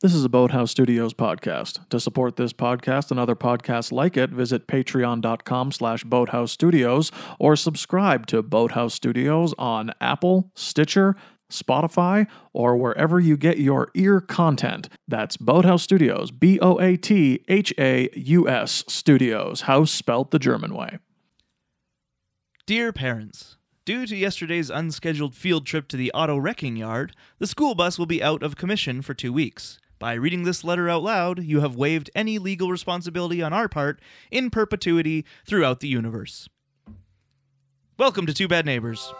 This is a Boathouse Studios podcast. To support this podcast and other podcasts like it, visit patreon.com slash boathouse studios or subscribe to Boathouse Studios on Apple, Stitcher, Spotify, or wherever you get your ear content. That's Boathouse Studios, B O A T H A U S Studios, house spelt the German way. Dear parents, due to yesterday's unscheduled field trip to the auto wrecking yard, the school bus will be out of commission for two weeks. By reading this letter out loud, you have waived any legal responsibility on our part in perpetuity throughout the universe. Welcome to Two Bad Neighbors.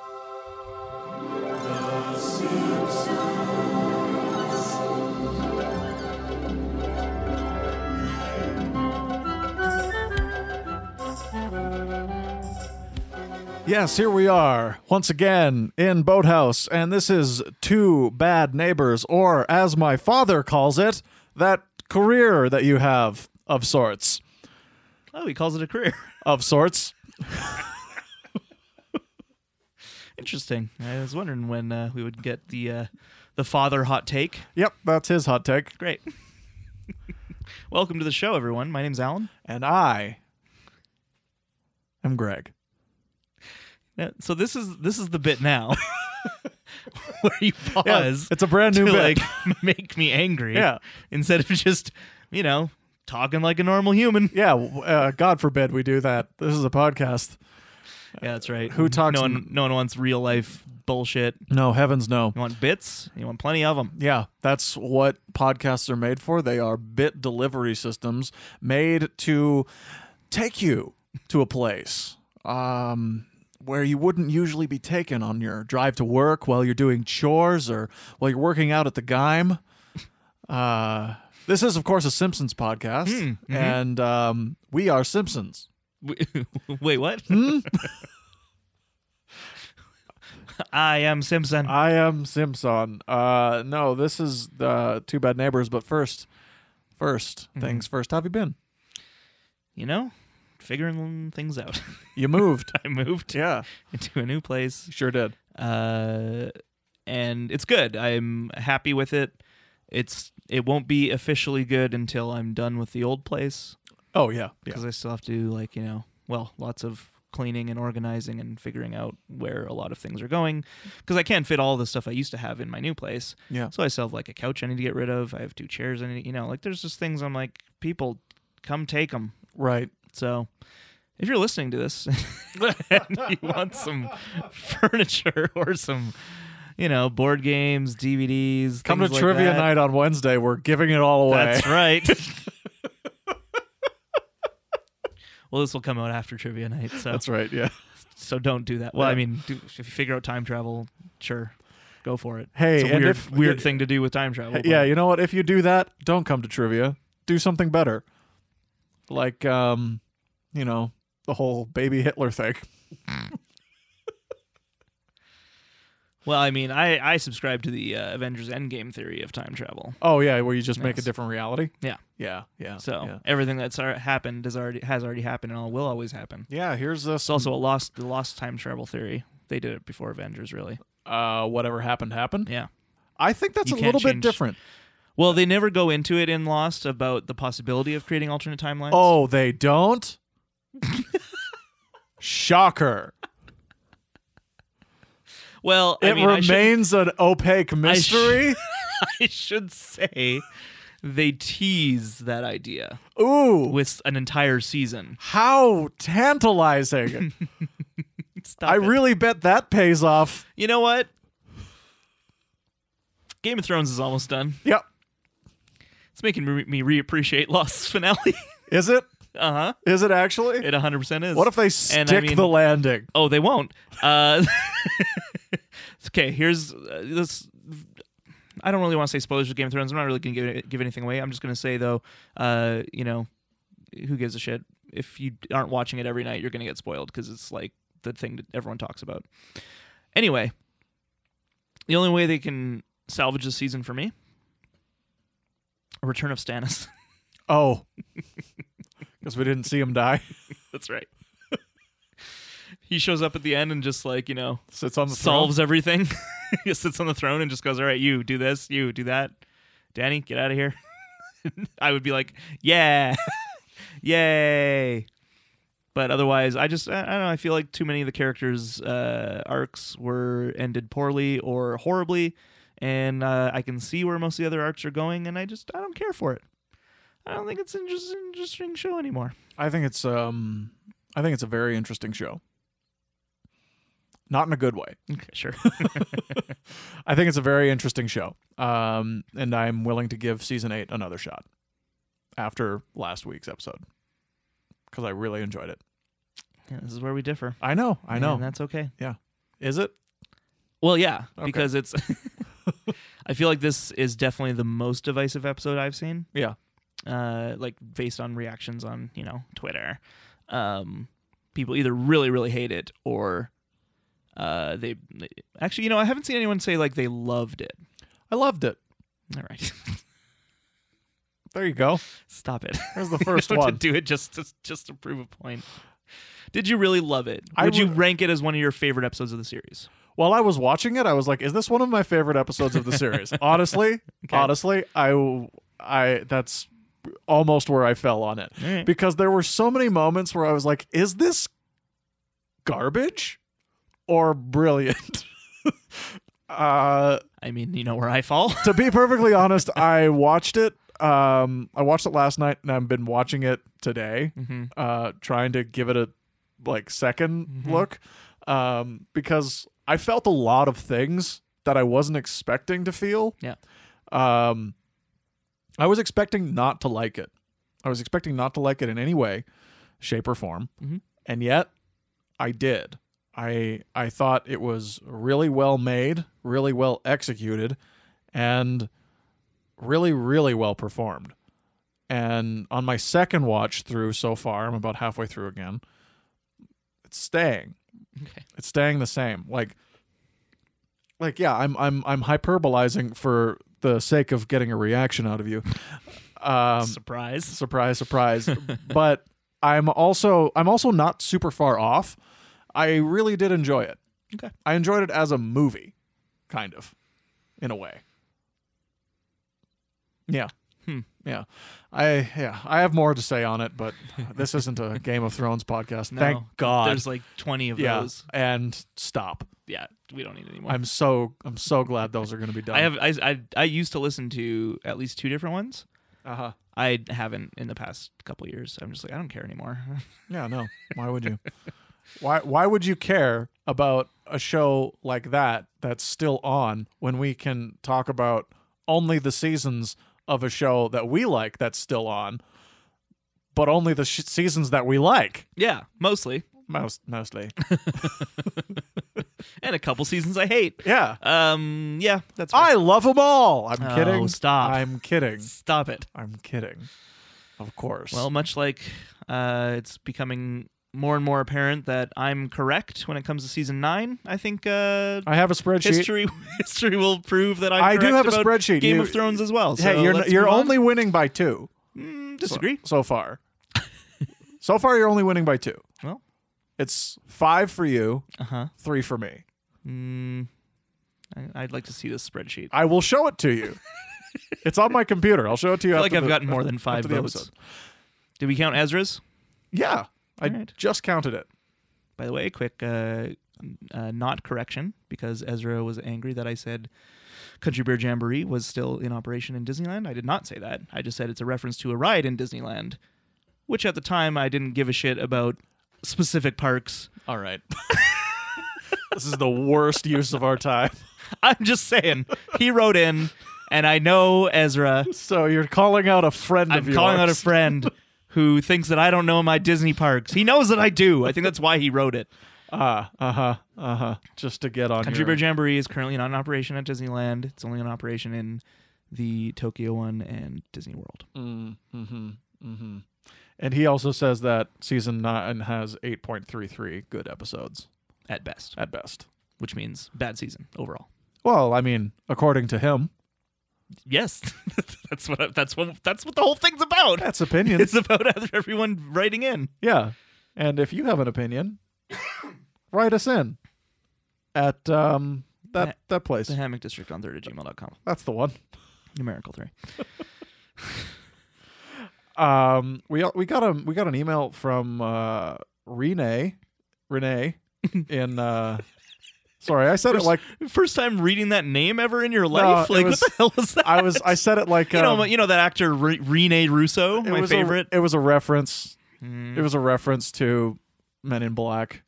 Yes, here we are once again in Boathouse, and this is Two Bad Neighbors, or as my father calls it, that career that you have of sorts. Oh, he calls it a career. Of sorts. Interesting. I was wondering when uh, we would get the uh, the father hot take. Yep, that's his hot take. Great. Welcome to the show, everyone. My name's Alan. And I am Greg. Yeah, So this is this is the bit now where you pause Yeah, it's a brand new to bit. like make me angry. Yeah. Instead of just you know talking like a normal human. Yeah, w- uh, God forbid we do that. This is a podcast. Yeah, that's right. Who talks No one, m- no one wants real life bullshit. No, heavens no. You want bits? You want plenty of them. Yeah, that's what podcasts are made for. They are bit delivery systems made to take you to a place um, where you wouldn't usually be taken on your drive to work while you're doing chores or while you're working out at the Gime. Uh, this is, of course, a Simpsons podcast, and um, we are Simpsons. Wait, what? Hmm? I am Simpson. I am Simpson. Uh, no, this is uh, Two Bad Neighbors, but first, first things first. How have you been? you know, figuring things out. You moved. I moved Yeah, into a new place. sure did. uh, and it's good. I'm happy with it. It's it won't be officially good until I'm done with the old place Oh yeah, yeah, because I still have to do like you know well lots of cleaning and organizing and figuring out where a lot of things are going because I can't fit all the stuff I used to have in my new place. yeah. So I still have like a couch I need to get rid of. I have two chairs I need you know like there's just things I'm like people come take them. Right. So if you're listening to this and you want some furniture or some, you know, board games, DVDs, Come to things like trivia that, night on Wednesday. We're giving it all away. That's right. well, this will come out after trivia night, so That's right, Yeah. so don't do that. Well, Yeah. I mean, do, if you figure out time travel, sure, go for it. Hey, it's a and weird, if- weird thing to do with time travel. yeah. but- You know what? If you do that, don't come to trivia. Do something better. Like, um, you know, the whole baby Hitler thing. Well, I mean, I I subscribe to the uh, Avengers Endgame theory of time travel. Oh yeah, where you just make a Yes. different reality. Yeah. Yeah. Yeah. So yeah. everything that's ar- happened is already has already happened and all will always happen. Yeah, here's this. It's also a lost the lost time travel theory. They did it before Avengers, really. Uh, whatever happened happened. Yeah. I think that's You a can't little bit change- different. Well, they never go into it in Lost about the possibility of creating alternate timelines. Oh, they don't? Shocker. well, I It mean, I should- remains an opaque mystery. I should say they tease that idea Ooh, with an entire season. how tantalizing. Stop I it. really bet that pays off. you know what? Game of Thrones is almost done. Yep. It's making me, me reappreciate Lost's finale. Is it? uh huh. Is it actually? It 100% is. what if they And stick I mean- the landing? Oh, they won't. Uh, okay, here's uh, this. I don't really want to say spoilers for Game of Thrones. I'm not really gonna give give anything away. I'm just gonna say though, uh, you know, who gives a shit? If you aren't watching it every night, you're gonna get spoiled because it's like the thing that everyone talks about. Anyway, the only way they can salvage the season for me, a return of Stannis. Oh. Because we didn't see him die. That's right. he shows up at the end and just like you know Sits on the throne. solves everything. he sits on the throne and just goes, "All right, you do this, you do that." Danny, get out of here. I would be like, yeah, yay. But otherwise, I just I I don't know. I feel like too many of the characters' uh, arcs were ended poorly or horribly, and uh, I can see where most of the other arcs are going, and I just I don't care for it. I don't think it's an interest- interesting show anymore. I think it's um I think it's a very interesting show. Not in a good way. Okay, sure. I think it's a very interesting show. Um and I'm willing to give season 8 another shot after last week's episode cuz I really enjoyed it. Yeah, this is where we differ. I know. I and know. that's okay. Is it? Well, yeah, Okay. because it's. I feel like this is definitely the most divisive episode I've seen. Yeah. Uh, like based on reactions on you know Twitter, um, people either really really hate it or, uh, they, they actually you know I haven't seen anyone say like they loved it. I loved it. All right, There you go. stop it. There's the first You have one. to do it just to, just to prove a point. Did you really love it? Would I you would- rank it as one of your favorite episodes of the series? While I was watching it, I was like, "Is this one of my favorite episodes of the series?" honestly, honestly, I, I that's almost where I fell on it All right. because there were so many moments where I was like, "Is this garbage or brilliant?" uh, I mean, you know where I fall. to be perfectly honest, I watched it. Um, I watched it last night, and I've been watching it today mm-hmm. uh trying to give it a like 2nd Mhm. look um because I felt a lot of things that I wasn't expecting to feel. Yeah. Um I was expecting not to like it. I was expecting not to like it in any way, shape or form. Mhm. And yet I did. I I thought it was really well made, really well executed, and really really well performed. And on my second watch through so far, I'm about halfway through again. It's staying. Okay. It's staying the same. Like like yeah, I'm I'm I'm hyperbolizing for the sake of getting a reaction out of you. Um Surprise. surprise surprise but i'm also i'm also not super far off i really did enjoy it Okay. i enjoyed it as a movie kind of in a way yeah Hmm. yeah i yeah i have more to say on it but this isn't a game of thrones podcast No, thank god There's like 20 of yeah those. and stop Yeah, we don't need any more. i'm so i'm so glad those are going to be done I have I, I I used to listen to at least two different ones. uh-huh I haven't in the past couple years. I'm just like I don't care anymore. Yeah, no. Why would you? why why would you care about a show like that that's still on when we can talk about only the seasons of a show that we like that's still on, but only the sh- seasons that we like yeah, mostly, most mostly. and a couple seasons I hate. Yeah. Um, yeah, that's fine. I love them all. I'm Oh, kidding. stop. I'm kidding. Stop it. I'm kidding. Of course. Well, much like uh, it's becoming more and more apparent that I'm correct when it comes to season nine. I think uh, I have a spreadsheet. history history will prove that I'm I do correct have a about spreadsheet. Game You- of Thrones as well. So hey, you're let's you're move on. only winning by 2. Mm, so- disagree. so far. so far, you're only winning by two. Well. it's five for you, Uh huh. three for me. Mm, I- I'd like to see this spreadsheet. I I will show it to you. it's on my computer. I'll show it to you. feel like after I've the- gotten more than five after the votes. episode. Did we count Ezra's? Yeah, I Alright. just counted it. By the way, quick uh, uh, not correction because Ezra was angry that I said Country Bear Jamboree was still in operation in Disneyland. I did not say that. I just said it's a reference to a ride in Disneyland, which at the time I didn't give a shit about specific parks. All right. this is the worst use of our time. I'm just saying he wrote in, and I know Ezra. So you're calling out a friend of I'm yours. calling out a friend who thinks that I don't know my Disney parks. He knows that I do. I think that's why he wrote it. Ah, uh huh, uh huh. Just to get on Country your. Bear Jamboree is currently not in operation at Disneyland. It's only in operation in the Tokyo one and Disney World. Mm, mm-hmm, hmm hmm And he also says that season nine has 8.33 good episodes At best, at best. which means bad season overall. Well, I mean, according to him, Yes, that's what I, that's what that's what the whole thing's about. that's opinions. It's about everyone writing in. yeah. And if you have an opinion, write us in at um that that place. The Hammock District on third at gmail.com. That's the one. Numerical three. Um, we we got a we got an email from uh, Renee, Renee, in uh, sorry, I said it like First time reading that name ever in your life? it like, was- what the hell was that? I was. I said it like you know, um, you know that actor Re- Rene Russo, it my was favorite. A, it was a reference. Mm, It was a reference to Men in Black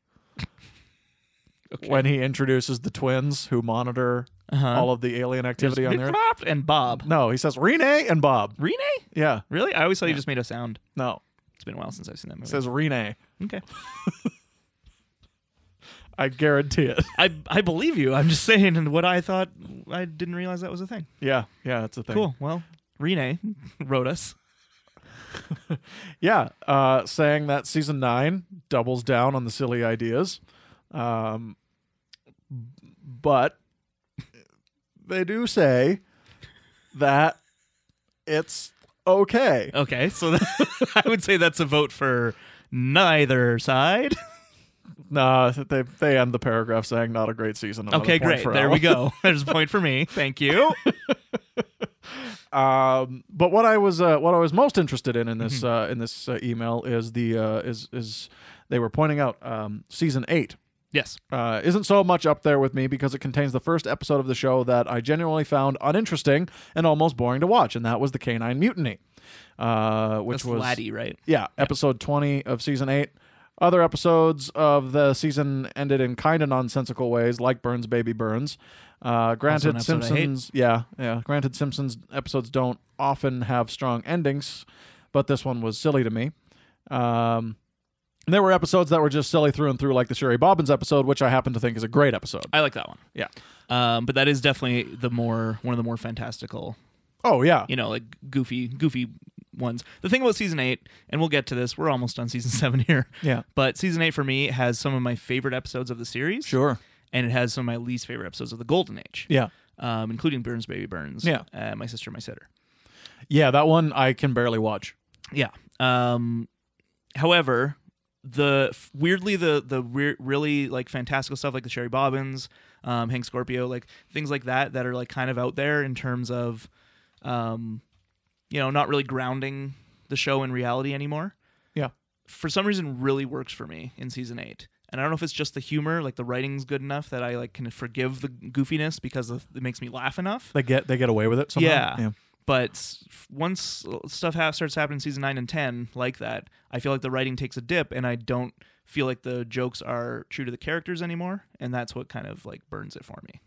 okay. when he introduces the twins who monitor Uh-huh. all of the alien activity on there. Flop and Bob. No, he says Renee and Bob. Rene? Yeah, Really? I always thought he just made a sound. no, It's been a while since I've seen that movie. it says Renee. okay. I guarantee it. I I believe you. I'm just saying and what I thought I didn't realize that was a thing. Yeah, yeah, it's a thing. Cool. Well, Rene wrote us. Yeah, uh, saying that season nine doubles down on the silly ideas, um, but they do say that it's okay. Okay. So that, I would say that's a vote for neither side. No, they they end the paragraph saying not a great season. Another Okay, point great. for There Al. we go. There's a point for me. Thank you. Um, but what I was uh, what I was most interested in in this Mm-hmm. uh, in this uh, email is the uh, is is they were pointing out um, season eight. Yes. uh, isn't so much up there with me because it contains the first episode of the show that I genuinely found uninteresting and almost boring to watch, and that was the Canine Mutiny, uh, which That's was Laddie, right? yeah, episode twenty of season eight. Other episodes of the season ended in kind of nonsensical ways, like Burns Baby Burns. Uh, an granted, episode I hate. Simpsons, yeah, yeah. Granted, Simpsons episodes don't often have strong endings, but this one was silly to me. Um, and there were episodes that were just silly through and through, like the Sherry Bobbins episode, which I happen to think is a great episode. I like that one. Yeah. Um, but that is definitely the more one of the more fantastical Oh yeah, you know, like goofy, goofy ones. The thing about season eight, and we'll get to this, we're almost on season seven here. Yeah. But season eight for me has some of my favorite episodes of the series. sure, And it has some of my least favorite episodes of the Golden Age. yeah, Um, including Burns Baby Burns. Yeah. Uh, my sister, my sitter. yeah. That one I can barely watch. Yeah. Um, however, the weirdly the the weir- really like fantastical stuff like the Sherry Bobbins, um, Hank Scorpio, like things like that that are like kind of out there in terms of, um, you know, not really grounding the show in reality anymore. Yeah. For some reason, really works for me in season eight. And I don't know if it's just the humor, like the writing's good enough that I like can forgive the goofiness because of, it makes me laugh enough They get they get away with it. Somehow. Yeah. but s- f- once stuff ha- starts happening in season 9 and 10 like that i feel like the writing takes a dip and i don't feel like the jokes are true to the characters anymore and that's what kind of like burns it for me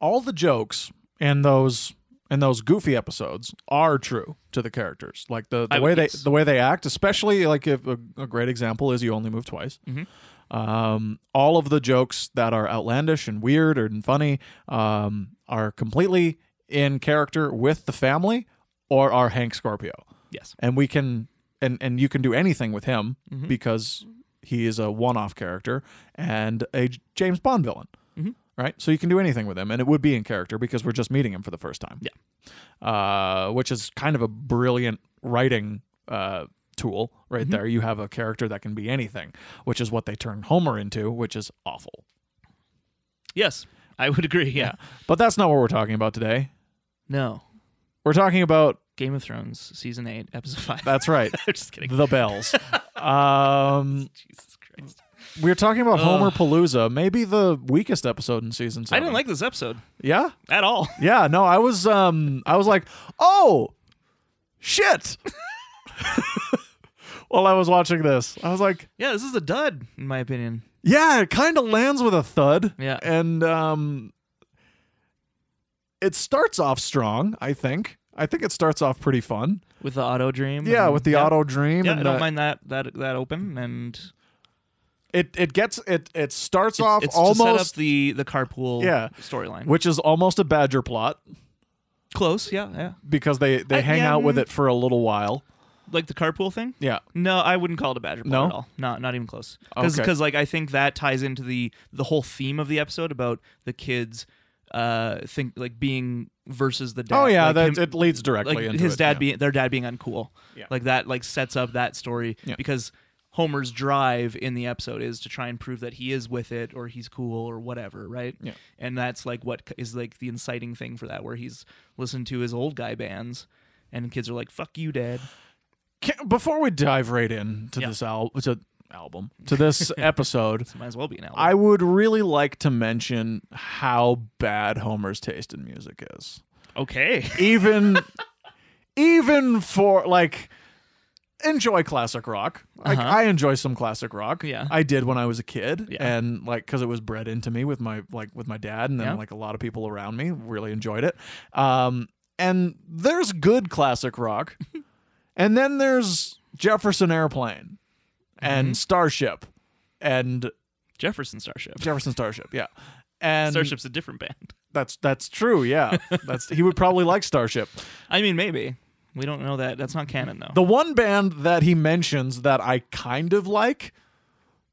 all the jokes and those and those goofy episodes are true to the characters like the, I the would way they guess. the way they act especially like if a, a great example is you only move twice Mhm. um, all of the jokes that are outlandish and weird and funny um, are completely in character with the family or are hank scorpio yes and we can and and you can do anything with him Mhm. because he is a one-off character and a J- James Bond villain, Mhm. right? So you can do anything with him, and it would be in character because we're just meeting him for the first time. Yeah, uh, which is kind of a brilliant writing uh, tool right there. You have a character that can be anything, which is what they turned Homer into, which is awful. yes i would agree yeah, But that's not what we're talking about today. no We're talking about game of thrones season 8 episode 5 that's right, just kidding the bells. um, jesus christ We are talking about Homer Ugh. Palooza, maybe the weakest episode in season i seven. didn't like this episode Yeah, at all yeah. No, I was, um, I was like, oh, shit. While I was watching this, I was like, yeah this is a dud in my opinion yeah, it kind of lands with a thud. Yeah. and um, it starts off strong. I think. I think it starts off pretty fun. with the auto dream Yeah, and- with the auto dream. Mm-hmm. yeah, and I don't the- mind that that that open and It it gets it it starts it's, off it's to set up almost, the the carpool Yeah. storyline. which is almost a Badger plot. Close, yeah, yeah. because they they I- hang yeah, out with mm. it for a little while. Like the carpool thing? Yeah. No, I wouldn't call it a badger plot No? at all. Not not even close. Because Okay. like I think that ties into the the whole theme of the episode about the kids uh think like being versus the dad. Oh yeah, like that him- it leads directly like into his it, dad yeah. being their dad being uncool. Yeah. Like that like sets up that story Yeah. because Homer's drive in the episode is to try and prove that he is with it or he's cool or whatever, right? Yeah. And that's like what is like the inciting thing for that, where he's listened to his old guy bands, and kids are like, "Fuck you, Dad." Can, before we dive right in to Yeah. this al- to album to this episode, So might as well be an album. I would really like to mention how bad Homer's taste in music is. okay. Even even for like enjoy classic rock. Like Uh-huh. I enjoy some classic rock. Yeah. I did when I was a kid Yeah. and like cuz it was bred into me with my like with my dad and then Yeah. like a lot of people around me really enjoyed it. Um and there's good classic rock. and then there's Jefferson Airplane Mm-hmm. and Starship and Jefferson Starship. Jefferson Starship, yeah. And Starship's a different band. that's that's true, yeah. That's he would probably like Starship. I mean, maybe we don't know that. That's not canon though. The one band that he mentions that I kind of like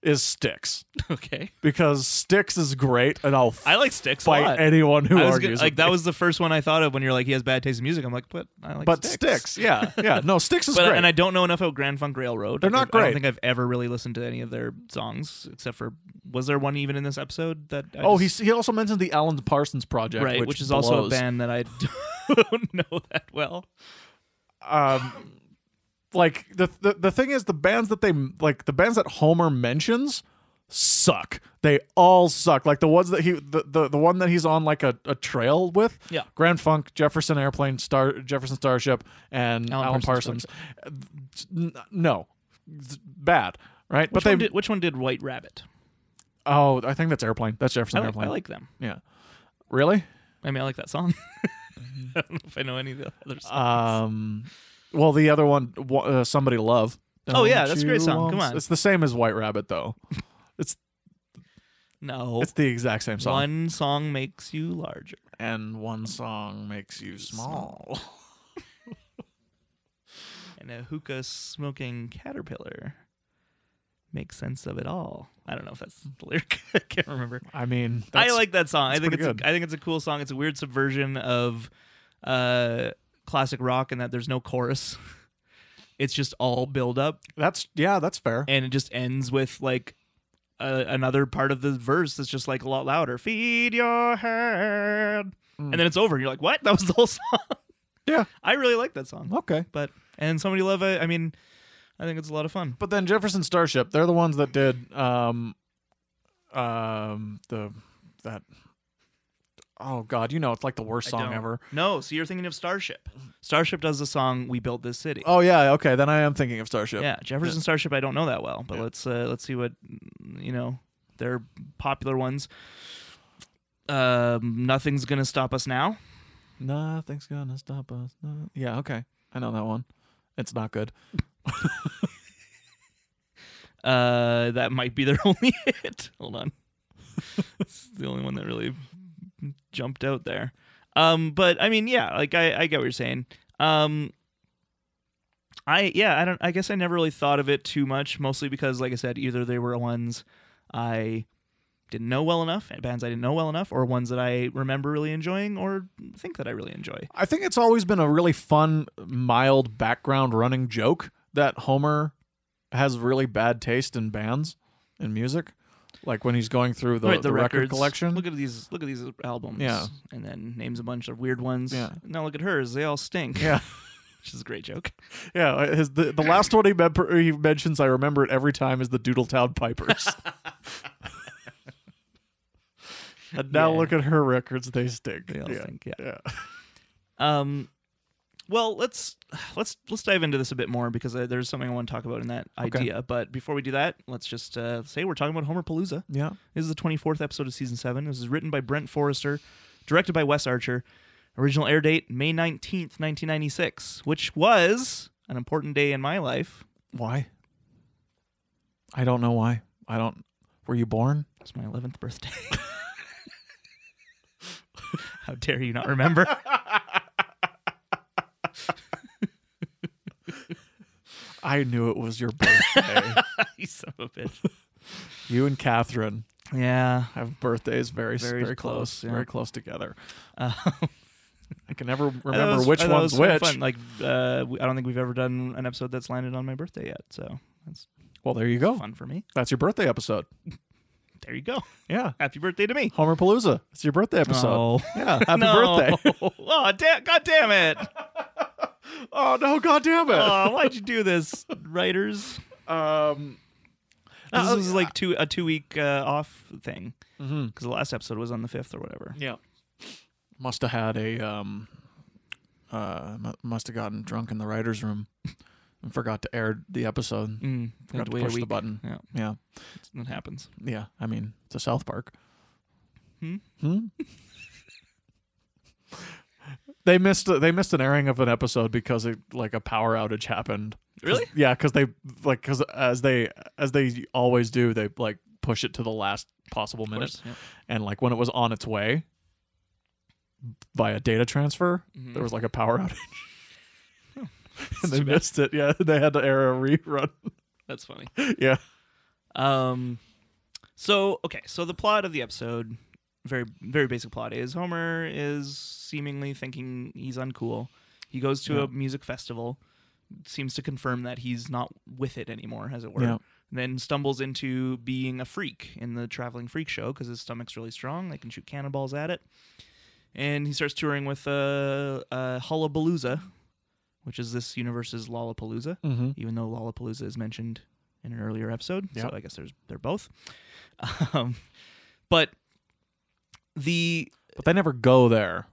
is Styx okay. because Styx is great, and I'll I like Sticks a fight lot. anyone who I was argues gonna- with like that me. was the first one I thought of when you're like he has bad taste in music. I'm like, but I like But Styx. Styx, yeah, yeah, no, Styx is But great. and I don't know enough about Grand Funk Railroad. They're Like, not I've- I great. don't think I've ever really listened to any of their songs except for was there one even in this episode that I oh, just- he's, he also mentioned the Alan Parsons Project, right, which, which, is also a blows. band that I don't know that well. Um, like the, the the thing is, the bands that they like, the bands that Homer mentions suck. They all suck. Like the ones that he, the the, the one that he's on like a, a trail with, Yeah. Grand Funk, Jefferson Airplane, Star Jefferson Starship, and Alan, Alan Parsons. Parsons N- No, It's bad, right? but Which they. one did, which one did White Rabbit? oh, I think that's Airplane. That's Jefferson I like, Airplane. I like them. Yeah. Really? I mean, I like that song. I don't know if I know any of the other songs. Um. Well, the other one, wa- uh, somebody love. Oh, yeah, Don't that's a great you song. Come want- on. It's the same as White Rabbit though. no, It's the exact same song. one song makes you larger. And one song makes you small. and a hookah smoking caterpillar makes sense of it all. I don't know if that's the lyric. I can't remember. I mean, that's, I like that song. I that's think pretty it's a, good. I think it's a cool song. It's a weird subversion of uh, classic rock in that there's no chorus. It's just all build up, that's yeah, that's fair. and it just ends with like a, another part of the verse that's just like a lot louder. Feed your head, and then it's over. You're like, what? That was the whole song. Hmm. Yeah. I really like that song. Okay. But and somebody love. I, I mean, I think it's a lot of fun. But then Jefferson Starship, they're the ones that did um um the that Oh god, you know it's like the worst I song don't. ever. No, so you're thinking of Starship. Starship does the song "We Built This City." Oh yeah, okay, then I am thinking of Starship. yeah, Jefferson Starship. I don't know that well, but Yeah. let's uh, let's see what you know. They're popular ones. Um, nothing's gonna stop us now. Nothing's gonna stop us. no- Yeah, okay. I know that one. It's not good. Uh, that might be their only hit. Hold on, it's the only one that really jumped out there. Um, but I mean, yeah, like I, I get what you're saying. Um, I yeah, I don't. I guess I never really thought of it too much, mostly because, like I said, either they were ones I didn't know well enough, and bands I didn't know well enough, or ones that I remember really enjoying, or think that I really enjoy. I think it's always been a really fun, mild background running joke that Homer has really bad taste in bands and music. Like when he's going through the, right, the, record records. collection. Look at these. Look at these albums. Yeah. and then names a bunch of weird ones. Yeah. Now look at hers. They all stink. yeah. which is a great joke. Yeah, uh, his, the, the last one he, mem- he mentions, I remember it every time, is the Doodletown Pipers. and now Yeah. look at her records; they stink. They all yeah. stink, yeah. yeah. Um, well, let's let's let's dive into this a bit more because uh, there's something I want to talk about in that Okay. idea. But before we do that, let's just uh, say we're talking about Homer Palooza. Yeah. This is the 24th episode of season seven. This is written by Brent Forrester, directed by Wes Archer. Original air date May 19th, 1996, which was an important day in my life. Why? I don't know why. I don't. Were you born? It's my 11th birthday. How dare you not remember? I knew it was your birthday. you son of a bitch. you and Catherine Yeah. have birthdays very, very, Very close, close, yeah. very close together. Uh, I can never I thought remember it was- which I thought it one's was kinda which. Fun. Like, uh, we- I don't think we've ever done an episode that's landed on my birthday yet. So that's Well, there you go. Fun for me. That's your birthday episode. There you go. Yeah. Happy birthday to me. Homer Palooza. It's your birthday episode. Oh. Yeah. Happy No. birthday. oh, da- God damn it. Oh no, god damn it. Oh, why'd you do this, writers? um This Uh, was like two a two week uh, off thing mhm. because the last episode was on the fifth or whatever. Yeah. Must have had a um uh mu- must have gotten drunk in the writers room and forgot to air the episode. Mm, Forgot had to to wait a push the week. button. Yeah, Yeah. that happens. Yeah. I mean, it's a South Park. Hmm? Hmm? they missed they missed an airing of an episode because it, like a power outage happened. 'Cause- Really? Yeah, because they like because as they as they always do, they like push it to the last possible Of minute. course. Yeah. and like when it was on its way via data transfer, there was like a power outage. and they Mm-hmm. too bad. missed it. Yeah, they had to air a rerun. That's funny. yeah. Um, so okay, so the plot of the episode, very very basic plot is Homer is seemingly thinking he's uncool. He goes to Yeah. a music festival, seems to confirm that he's not with it anymore, as it were. Yeah. Then stumbles into being a freak in the traveling freak show because his stomach's really strong. They can shoot cannonballs at it, and he starts touring with uh, uh, Hullabalooza, which is this universe's Lollapalooza Mm-hmm. even though Lollapalooza is mentioned in an earlier episode. Yep. So I guess there's they're both. Um, but the But they never go there.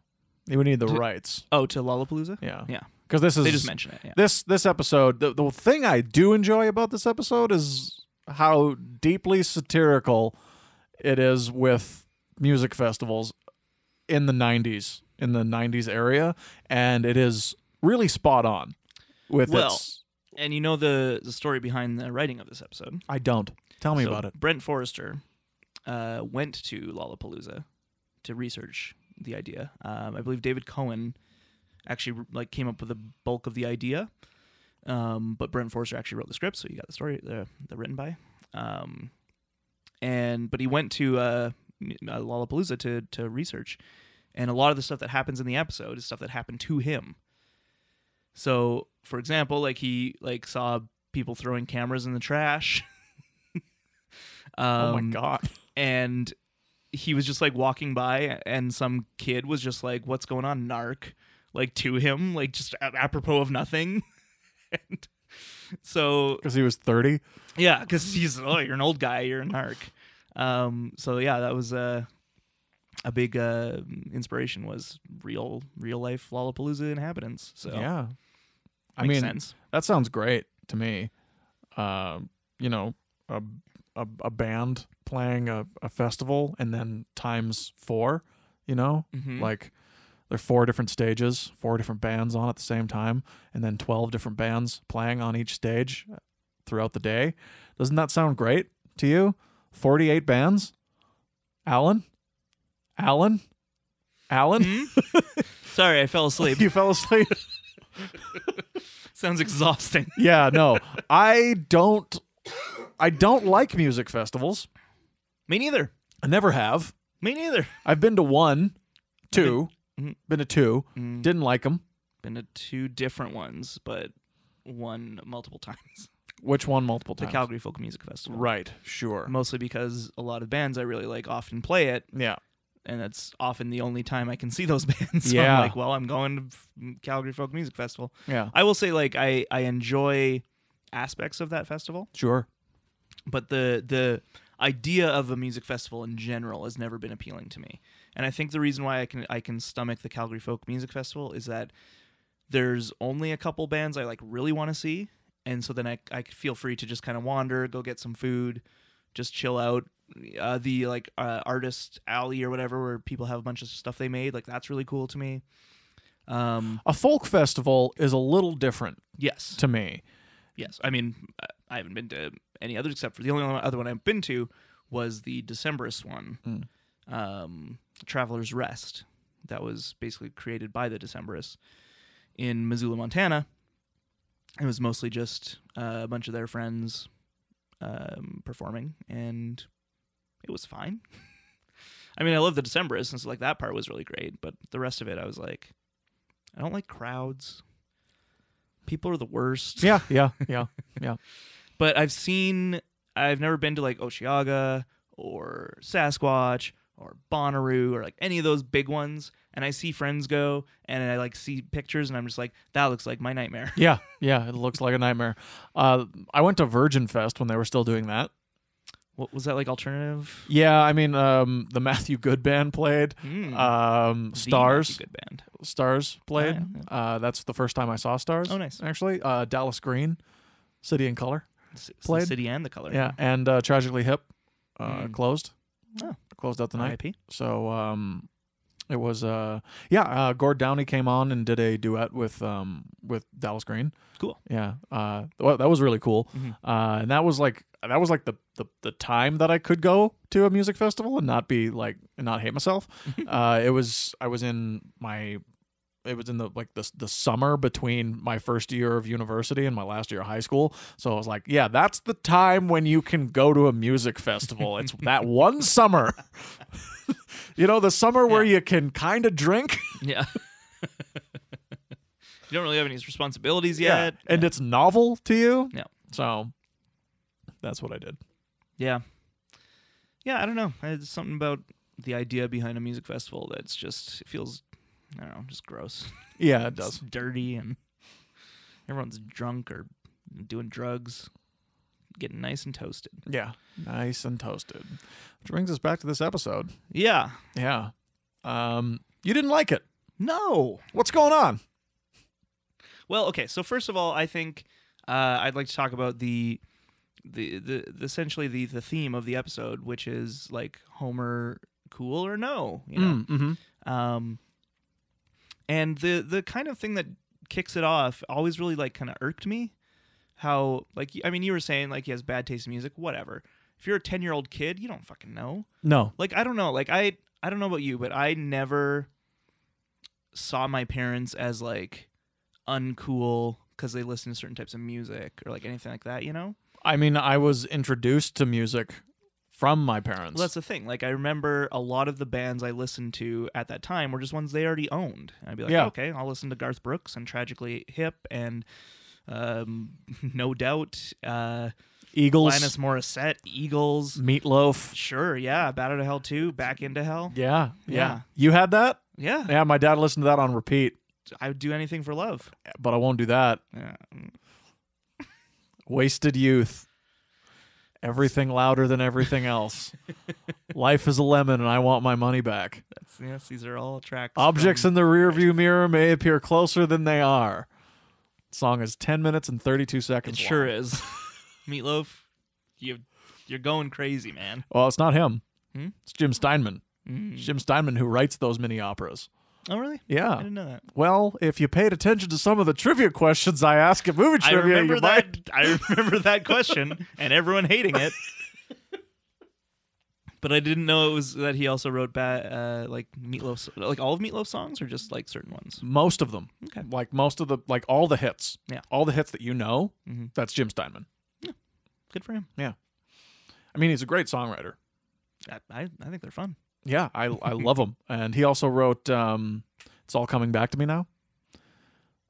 They would need the Did- rights. oh to Lollapalooza, Yeah. yeah, Because this is they just mention it. Yeah, this this episode. The, the thing I do enjoy about this episode is how deeply satirical it is with music festivals in the '90s in the '90s area, and it is really spot on with Well, its and you know the the story behind the writing of this episode. I don't. Tell me So about it. Brent Forrester uh, went to Lollapalooza to research the idea. Um, I believe David Cohen actually like came up with the bulk of the idea, um, but Brent Forrester actually wrote the script, so you got the story the, the written by. Um, and but he went to uh, m- uh, Lollapalooza to to research, and a lot of the stuff that happens in the episode is stuff that happened to him. So, for example, like he like saw people throwing cameras in the trash. um, oh my god. and he was just like walking by and some kid was just like what's going on narc like to him like just a- apropos of nothing and so Because he was 30. yeah because he's oh you're an old guy you're a narc um so yeah that was uh a big uh, inspiration was real real life Lollapalooza inhabitants. So makes Yeah. I mean, sense. that sounds great to me. Uh, you know, a, a, a band playing a, a festival and then times four, you know? Mhm. Like, there are four different stages, four different bands on at the same time, and then 12 different bands playing on each stage throughout the day. Doesn't that sound great to you? 48 bands? Alan? Alan? Alan? Sorry, I fell asleep. You fell asleep? Sounds exhausting. yeah, no. I don't I don't like music festivals. Me neither. I never have. Me neither. I've been to one, two, Mhm. been to two. Mm. Didn't like them. been to two different ones, but one multiple times. Which one multiple The times? Calgary Folk Music Festival. right, sure. Mostly because a lot of bands I really like often play it, Yeah. and that's often the only time I can see those bands. so Yeah. I'm like, well, I'm going to f- Calgary Folk Music Festival. Yeah. I will say, like, I, I enjoy aspects of that festival, Sure. but the the idea of a music festival in general has never been appealing to me. And I think the reason why I can I can stomach the Calgary Folk Music Festival is that there's only a couple bands I like really want to see, and so then I I feel free to just kind of wander, go get some food, just chill out. Uh, the like uh, artist alley or whatever where people have a bunch of stuff they made, like that's really cool to me. Um, A folk festival is a little different yes, to me. Yes, I mean, I- I haven't been to any others except for the only other one I've been to was the Decemberist one, um, Traveler's Rest, that was basically created by the Decemberists in Missoula, Montana. It was mostly just uh, a bunch of their friends um, performing, and it was fine. I mean, I love the Decemberists, and so like that part was really great, but the rest of it, I was like, I don't like crowds. People are the worst. Yeah, yeah, yeah. But I've seen I've never been to like Oshiaga or Sasquatch or Bonnaroo or like any of those big ones. And I see friends go and I like see pictures and I'm just like, that looks like my nightmare. Yeah, yeah, it looks like a nightmare. Uh, I went to Virgin Fest when they were still doing that. What was that like alternative? Yeah, I mean, um, the Matthew Good band played, Mm, um, the Stars, Good band. Stars played. Oh, yeah, Uh, that's the first time I saw Stars. Oh, nice. Actually, uh, Dallas Green, City in Color. It's- it's Played. The city and the color. Yeah, and uh, Tragically Hip uh, Mm. closed. Oh. Closed out the night. RIP. So um, it was uh, yeah. Uh, Gord Downey came on and did a duet with um, with Dallas Green. Cool. Yeah. Uh, well, that was really cool. Mhm. Uh, and that was like that was like the, the the time that I could go to a music festival and not be like and not hate myself. uh, it was I was in my it was in the like the the summer between my first year of university and my last year of high school. So I was like, yeah, that's the time when you can go to a music festival. It's that one summer. you know, the summer where you can kind of drink. Yeah. you don't really have any responsibilities yet. And it's novel to you. Yeah. So that's what I did. Yeah. Yeah, I don't know. It's something about the idea behind a music festival that's just it feels I don't know, just gross. Yeah, it does. It's dirty and everyone's drunk or doing drugs, getting nice and toasted. Yeah. Nice and toasted. Which brings us back to this episode. Yeah. Yeah. Um you didn't like it. No. What's going on? Well, okay. So first of all, I think uh, I'd like to talk about the the, the, the essentially the, the theme of the episode, which is like Homer cool or no, you know. Mm, mhm. Um, and the the kind of thing that kicks it off always really like kind of irked me. How like I mean, you were saying like he has bad taste in music, whatever. If you're a ten year old kid, you don't fucking know. No. Like I don't know. Like I I don't know about you, but I never saw my parents as like uncool because they listen to certain types of music or like anything like that. You know. I mean, I was introduced to music from my parents. Well, that's the thing. Like, I remember a lot of the bands I listened to at that time were just ones they already owned. And I'd be like, Yeah. okay, I'll listen to Garth Brooks and Tragically Hip and um, No Doubt, uh, Eagles, Linus Morissette, Eagles. Meatloaf. Sure, yeah, Battle to Hell 2, Back into Hell. Yeah, yeah. Yeah. You had that? Yeah, Yeah, my dad listened to that on repeat, I would do anything for love. but I won't do that. Yeah. Wasted youth. Everything louder than everything else. Life is a lemon and I want my money back. That's, yes, these are all tracks. Objects from- in the rearview mirror may appear closer than they are. song is 10 minutes and 32 It seconds. sure long. is. Meatloaf, you, you're going crazy, man. Well, it's not him. Hmm? It's Jim Steinman. Mm. It's Jim Steinman who writes those mini operas. Oh, really? I Yeah. didn't know that. Well, if you paid attention to some of the trivia questions I ask at movie I trivia, remember you that. might. I remember that question and everyone hating it. But I didn't know it was that he also wrote ba- uh, like Meatloaf, like all of Meatloaf songs, or just like certain ones. Most of them. Okay. Like most of the like all the hits. Yeah. All the hits that you know, Mhm. that's Jim Steinman. Good for him. I mean, he's a great songwriter. I, I, I think they're fun. Yeah, I I love him. And he also wrote um It's All Coming Back to Me Now.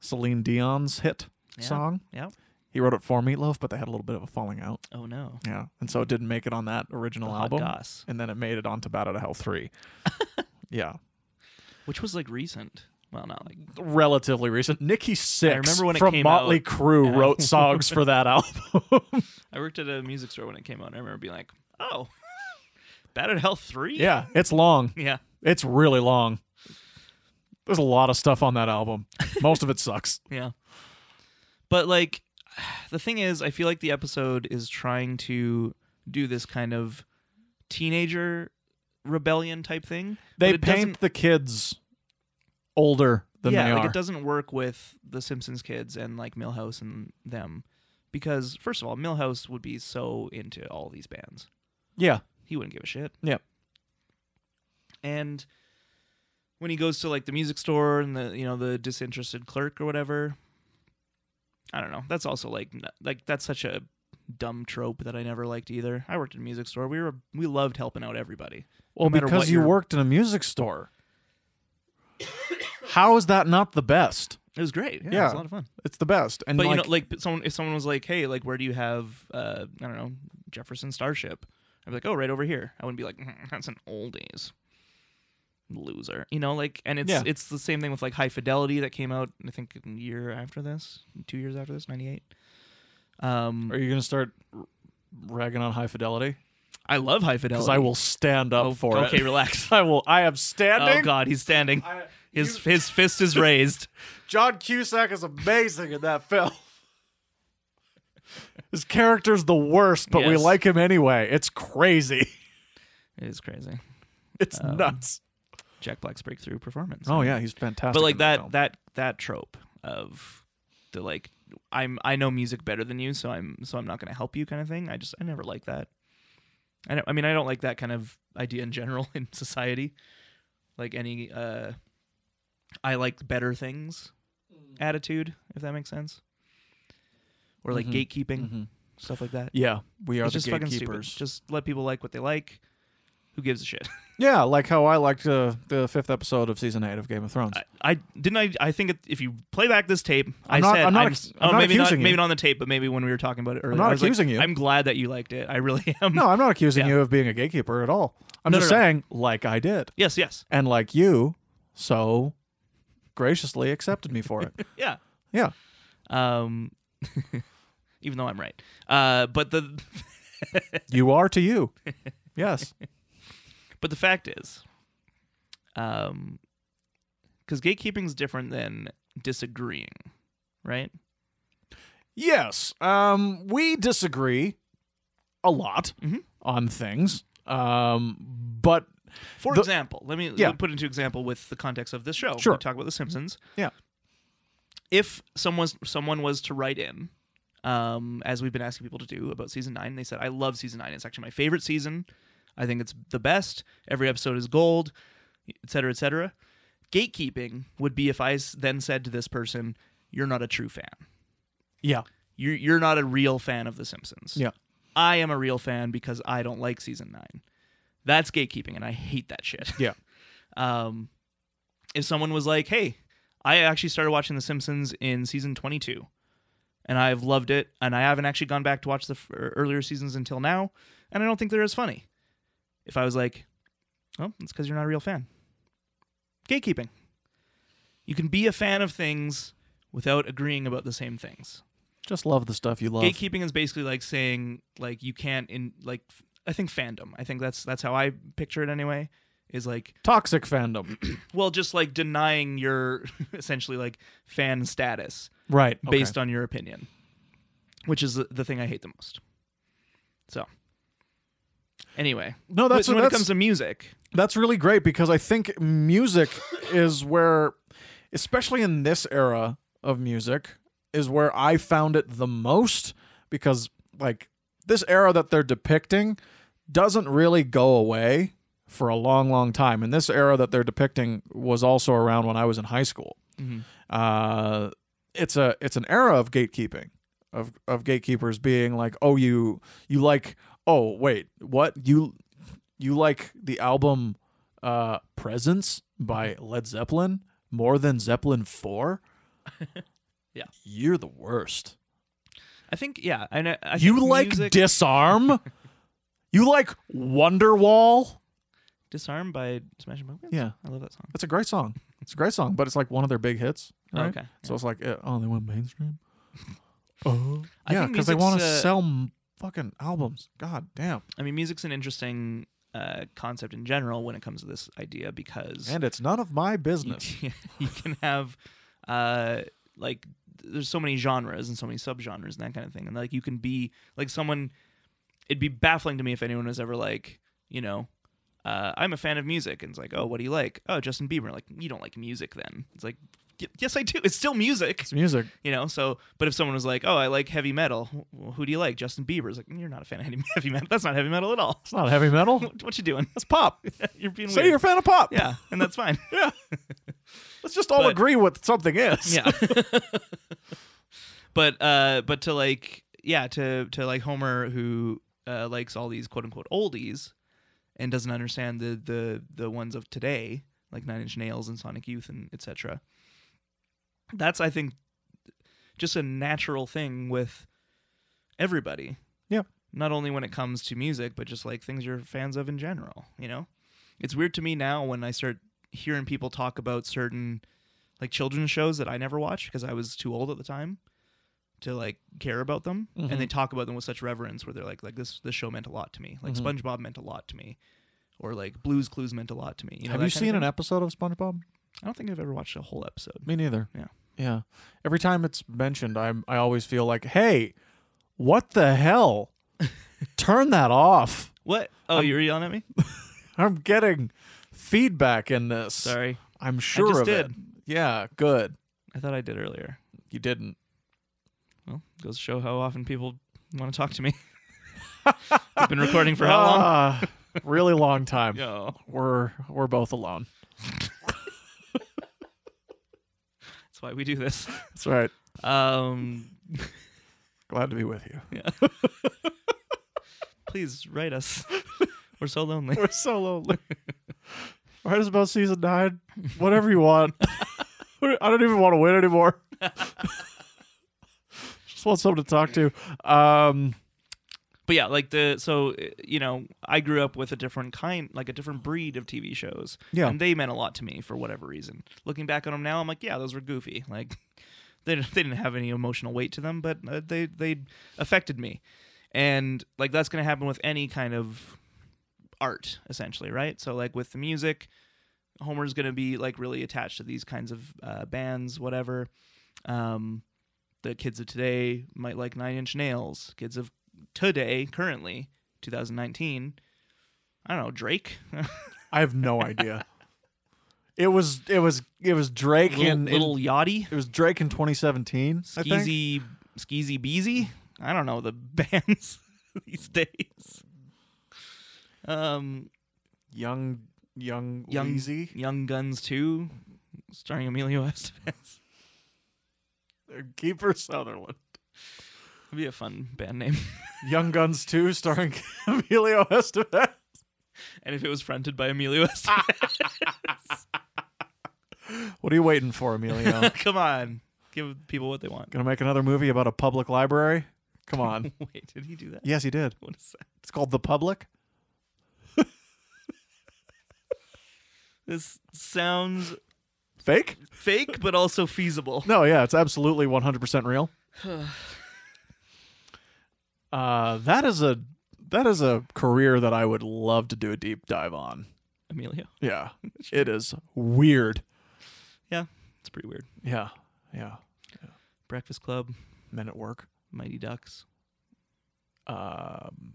Celine Dion's hit Yeah. song. Yeah. He wrote it for Meatloaf, but they had a little bit of a falling out. Oh no. Yeah. And so it didn't make it on that The original Hot album. Goss, And then it made it onto Bad Out of Hell 3. yeah. which was like recent. Well, not like relatively recent. Nikki Six remember when it from came Motley out, Crue and I- wrote songs for that album. I worked at a music store when it came out. and I remember being like, oh, Bad at Hell three. yeah, it's long. Yeah. It's really long. There's a lot of stuff on that album. Most of it sucks. Yeah. But like the thing is, I feel like the episode is trying to do this kind of teenager rebellion type thing. They but it doesn't- paint the kids older than yeah, they like are. it doesn't work with the Simpsons kids and like Millhouse and them because first of all, Millhouse would be so into all these bands. yeah, He wouldn't give a shit. yeah, and when he goes to like the music store and the you know the disinterested clerk or whatever i don't know that's also like n- like that's such a dumb trope that i never liked either i worked in a music store we were we loved helping out everybody Well, matter because what you your- worked in a music store. How is that not the best? It was great. Yeah, it Yeah. was a lot of fun. It's the best. And But like, you know, like but someone if someone was like, "Hey, like, where do you have uh, I don't know Jefferson Starship?" I'd be like, "Oh, right over here." I wouldn't be like, mm, "That's an oldies." Loser, you know, like, and it's Yeah. it's the same thing with like High Fidelity that came out, I think, a year after this, two years after this, ninety eight. Um, are you gonna start r- ragging on high fidelity? I love High Because Fidelity. I will stand up Oh, for okay, it. relax. I will. I am standing. Oh God, he's standing. I- His you- his fist is raised. John Cusack is amazing in that film. His character's the worst, but we Yes. like him anyway. It's crazy. It is crazy. It's Um, nuts. Jack Black's breakthrough performance. Oh yeah, he's fantastic. but like in that film. that that trope of the like i'm i know music better than you so i'm so i'm not going to help you kind of thing i just i never like that i don't, i mean i don't like that kind of idea in general in society like any uh i like better things attitude if that makes sense or like Mhm. gatekeeping stuff like that Yeah, we are it's the just fucking stupid gatekeepers. just let people like what they like who gives a shit Yeah, like how I liked uh, the fifth episode of season eight of Game of Thrones. I, I didn't. I, I think it, if you play back this tape, i not- said I'm not I'm- ex- oh, I'm not maybe not accusing you. maybe not on the tape, but maybe when we were talking about it earlier. not I was like, accusing you. I'm glad that you liked it. I really am. no, I'm not accusing Yeah. you of being a gatekeeper at all. I'm No, just no, no. saying, like I did, Yes. Yes. and like you, so graciously accepted me for it. Yeah. Yeah. Um, even though I'm right. Uh, but the You are to you. Yes. but the fact is, um, because gatekeeping is different than disagreeing, right? Yes. Um, we disagree a lot Mhm. on things. Um, but For The- example, let me let me Yeah. put into example with the context of this show. Sure. We talk about The Simpsons. Yeah. If someone someone was to write in, um, as we've been asking people to do about season nine, they said, "I love season nine. It's actually my favorite season. I think it's the best. Every episode is gold, et cetera, et cetera." Gatekeeping would be if I s- then said to this person, "You're not a true fan. yeah, You're you're not a real fan of The Simpsons. yeah, I am a real fan because I don't like season nine. That's gatekeeping, and I hate that shit." yeah. um, if someone was like, "Hey, I actually started watching The Simpsons in season 22, and I've loved it, and I haven't actually gone back to watch the f- er, earlier seasons until now, and I don't think they're as funny," if I was like, "Oh, it's because you're not a real fan." Gatekeeping. You can be a fan of things without agreeing about the same things Just love the stuff you love. gatekeeping is basically like saying like you can't in like f- I think fandom. I think that's that's how I picture it anyway. Is like Toxic fandom. well, just like denying your essentially like fan status right. based on your opinion, which is the, the thing I hate the most. So anyway, No, Oh, that's- when, when that's- it comes to music. That's really great because I think music is where, especially in this era of music, is where I found it the most because, like, this era that they're depicting doesn't really go away for a long, long time. And this era that they're depicting was also around when I was in high school. Mm-hmm. Uh, it's a it's an era of gatekeeping of of gatekeepers being like oh you you like oh wait what you you like the album uh presence by Mm-hmm. led zeppelin more than zeppelin 4 Yeah. you're the worst I think yeah, I know. I you think like music, disarm you like wonderwall "Disarm" by Smashing Pumpkins. Yeah. I love that song. it's a great song it's a great song but it's like one of their big hits right? Okay, so it's like eh, oh they went mainstream oh I yeah think because they music's, want to uh, sell m- fucking albums god damn I mean, music's an interesting uh, concept in general when it comes to this idea because and it's none of my you, business can- you can have uh, like there's so many genres and so many subgenres and that kind of thing, and like you can be like someone. It'd be baffling to me if anyone was ever like, you know, uh, I'm a fan of music, and it's like, oh, what do you like? Oh, Justin Bieber. Like, you don't like music then? It's like, "Y- yes, I do. It's still music, it's music you know. So, but if someone was like, oh, I like heavy metal. Well, who do you like? Justin Bieber. It's like, you're not a fan of any heavy metal. That's not heavy metal at all. it's not heavy metal What, what you doing? that's pop you're being say weird. you're a fan of pop yeah, and that's fine. yeah. Let's just all But- agree what something is. yeah but uh but to like yeah to to like homer who uh likes all these quote unquote oldies and doesn't understand the the the ones of today like nine inch nails and sonic youth and etc that's I think just a natural thing with everybody. Yeah. Not only when it comes to music, but just like things you're fans of in general, you know? It's weird to me now when I start hearing people talk about certain like children's shows that I never watched because I was too old at the time to like care about them Mhm. and they talk about them with such reverence where they're like like this this show meant a lot to me. Like SpongeBob meant a lot to me or like Blues Clues meant a lot to me. You know, Have that you kind of seen an thing. episode of SpongeBob? I don't think I've ever watched a whole episode. Me neither. Yeah. Yeah. Every time it's mentioned, I I always feel like, hey, what the hell? Turn that off. What? Oh, you were yelling at me? I'm getting feedback in this. Sorry. I'm sure just of it. did. Yeah, good. I thought I did earlier. You didn't. Well, goes to show how often people want to talk to me. We've been recording for how long? Ah, really long time. Yo, We're we're both alone. that's why we do this. That's right. Um, Glad to be with you. please write us. We're so lonely. We're so lonely. Write us about season nine. Whatever you want. I don't even want to win anymore. Just want someone to talk to. Um, But yeah, like the so uh, you know, I grew up with a different kind, like a different breed of TV shows. Yeah. and they meant a lot to me for whatever reason. Looking back on them now, I'm like, yeah, those were goofy. Like they didn't- they didn't have any emotional weight to them, but uh, they they affected me, and like that's gonna happen with any kind of art, essentially, right? So like with the music, Homer's gonna be like really attached to these kinds of uh, bands, whatever. Um, the kids of today might like Nine Inch Nails. Kids of today, currently, 2019. I don't know Drake, I have no idea. It was it was it was Drake little, in, in- little yachty, it was Drake in 2017. I think. skeezy, skeezy beezy. I don't know the bands these days. Um, Young young Young- Leezy. Young Guns two, starring Emilio Estevez. Keeper Sutherland. That'd be a fun band name. Young Guns 2 starring Emilio Estevez. and if it was fronted by Emilio Estevez, What are you waiting for, Emilio? come on, give people what they want. Gonna make another movie about a public library? Come on. Wait, did he do that? yes, he did. What is that? It's called The Public. This sounds Fake? fake, but also feasible. No, yeah, it's absolutely 100% real. uh, that is a that is a career that I would love to do a deep dive on. Emilio, Yeah. It is weird. yeah, it's pretty weird. Yeah. Yeah. Breakfast Club, Men at work. Mighty Ducks, Um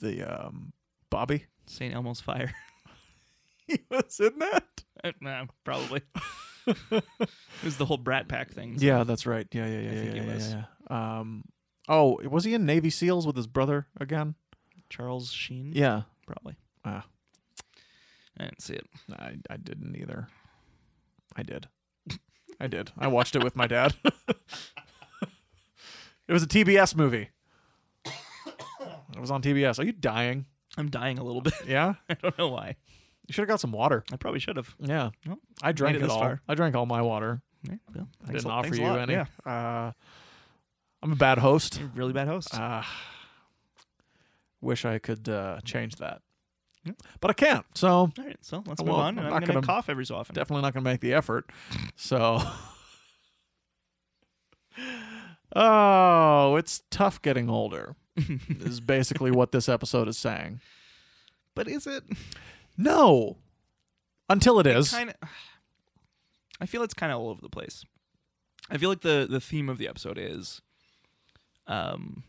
the um Bobby. St. Elmo's Fire. Uh, He was in that. nah, probably. it was the whole Brat Pack thing. so- Yeah, that's right. Yeah, yeah, yeah, yeah, think yeah, he yeah, was. yeah, yeah. Um, oh, was he in Navy SEALs with his brother again? Charles Sheen. Yeah, probably. Ah. I didn't see it. I, I didn't either. I did. I did. I watched it with my dad. it was a TBS movie. It was on TBS. Are you dying? I'm dying a little bit. Yeah, I don't know why. you should have got some water. I probably should have. Yeah, Well, I drank it it, this all. far. I drank all my water. Yeah, well, I thanks didn't a- offer thanks a you lot. any. Yeah, Uh, I'm a bad host. you're a really bad host. Uh, wish I could uh, change that, Yeah. but I can't. So all right, so let's I move won't. uh, I'm on. And not I'm going gonna- to cough every so often. definitely not going to make the effort. So, oh, it's tough getting older. is basically what this episode is saying. but is it No, until it is. kind of? I feel it's kind of all over the place. I feel like the the theme of the episode is, um,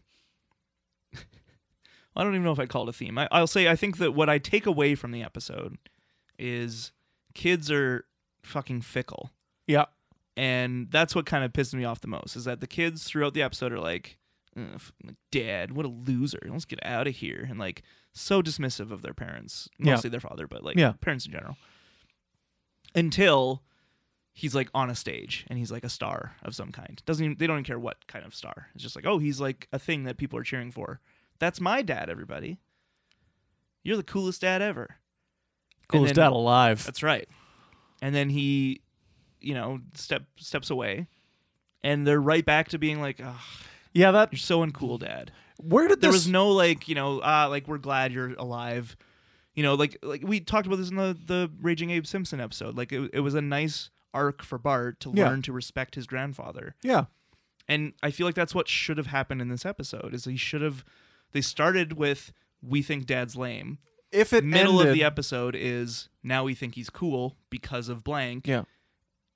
I don't even know if I'd call it a theme. I, I'll say I think that what I take away from the episode is kids are fucking fickle, yeah, and that's what kind of pisses me off the most. Is that the kids throughout the episode are like, "Ugh, f- like, "Dad, what a loser! Let's get out of here!" and like so dismissive of their parents, Yeah. mostly their father, but like Yeah. parents in general. Until he's like on a stage and he's like a star of some kind. Doesn't even, they don't even care what kind of star. It's just like, oh, he's like a thing that people are cheering for. That's my dad, everybody. You're the coolest dad ever. coolest then- dad alive. That's right. And then he you know step steps away, and they're right back to being like, "Ugh, Yeah, that. "You're so uncool, Dad." Where did There this? was no like you know ah like we're glad you're alive, you know like like we talked about this in the the Raging Abe Simpson episode. Like it, it was a nice arc for Bart to Yeah. learn to respect his grandfather. yeah, And I feel like that's what should have happened in this episode. Is he should have they started with we think dad's lame. if it Middle ended, of the episode is now we think he's cool because of blank. Yeah.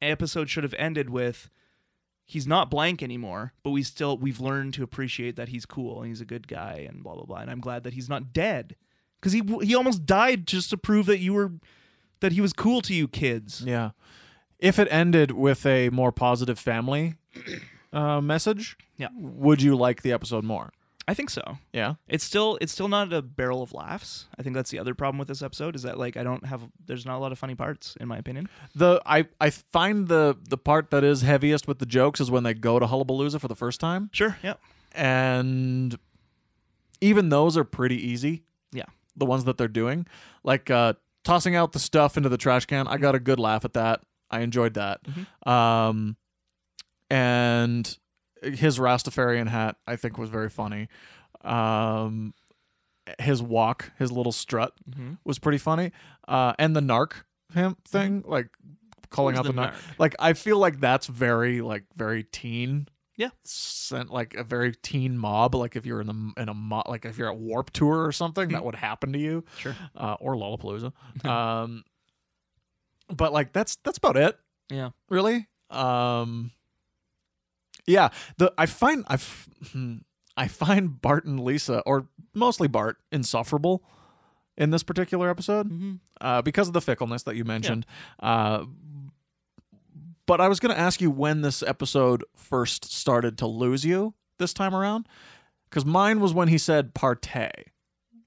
Episode should have ended with he's not blank anymore, but we still we've learned to appreciate that he's cool and he's a good guy and blah blah blah. And I'm glad that he's not dead because he he almost died just to prove that you were that he was cool to you kids. yeah, if it ended with a more positive family uh, message, Yeah. would you like the episode more? I think so. Yeah, It's still it's still not a barrel of laughs. I think that's the other problem with this episode is that like I don't have there's not a lot of funny parts in my opinion. the I I find the the part that is heaviest with the jokes is when they go to Hullabalooza for the first time, Sure, yeah. and even those are pretty easy. Yeah. the ones that they're doing, like uh, tossing out the stuff into the trash can. I got a good laugh at that. I enjoyed that. Um, and his Rastafarian hat, I think, was very funny. Um, his walk, his little strut, Mhm. was pretty funny. Uh, and the narc him thing, like calling Mm-hmm. Who's out the, the narc. narc? Like I feel like that's very like very teen. Yeah. Sent like a very teen mob. Like if you're in the in a mob, like if you're at Warp Tour or something, that would happen to you. Hmm. Sure. Uh, or Lollapalooza. um, but like that's that's about it Yeah. really um yeah the i find i f- hmm, i find bart and lisa or mostly bart insufferable in this particular episode Mm-hmm. uh because of the fickleness that you mentioned uh but i was going to ask you when this episode first started to lose you this time around because mine was when he said partay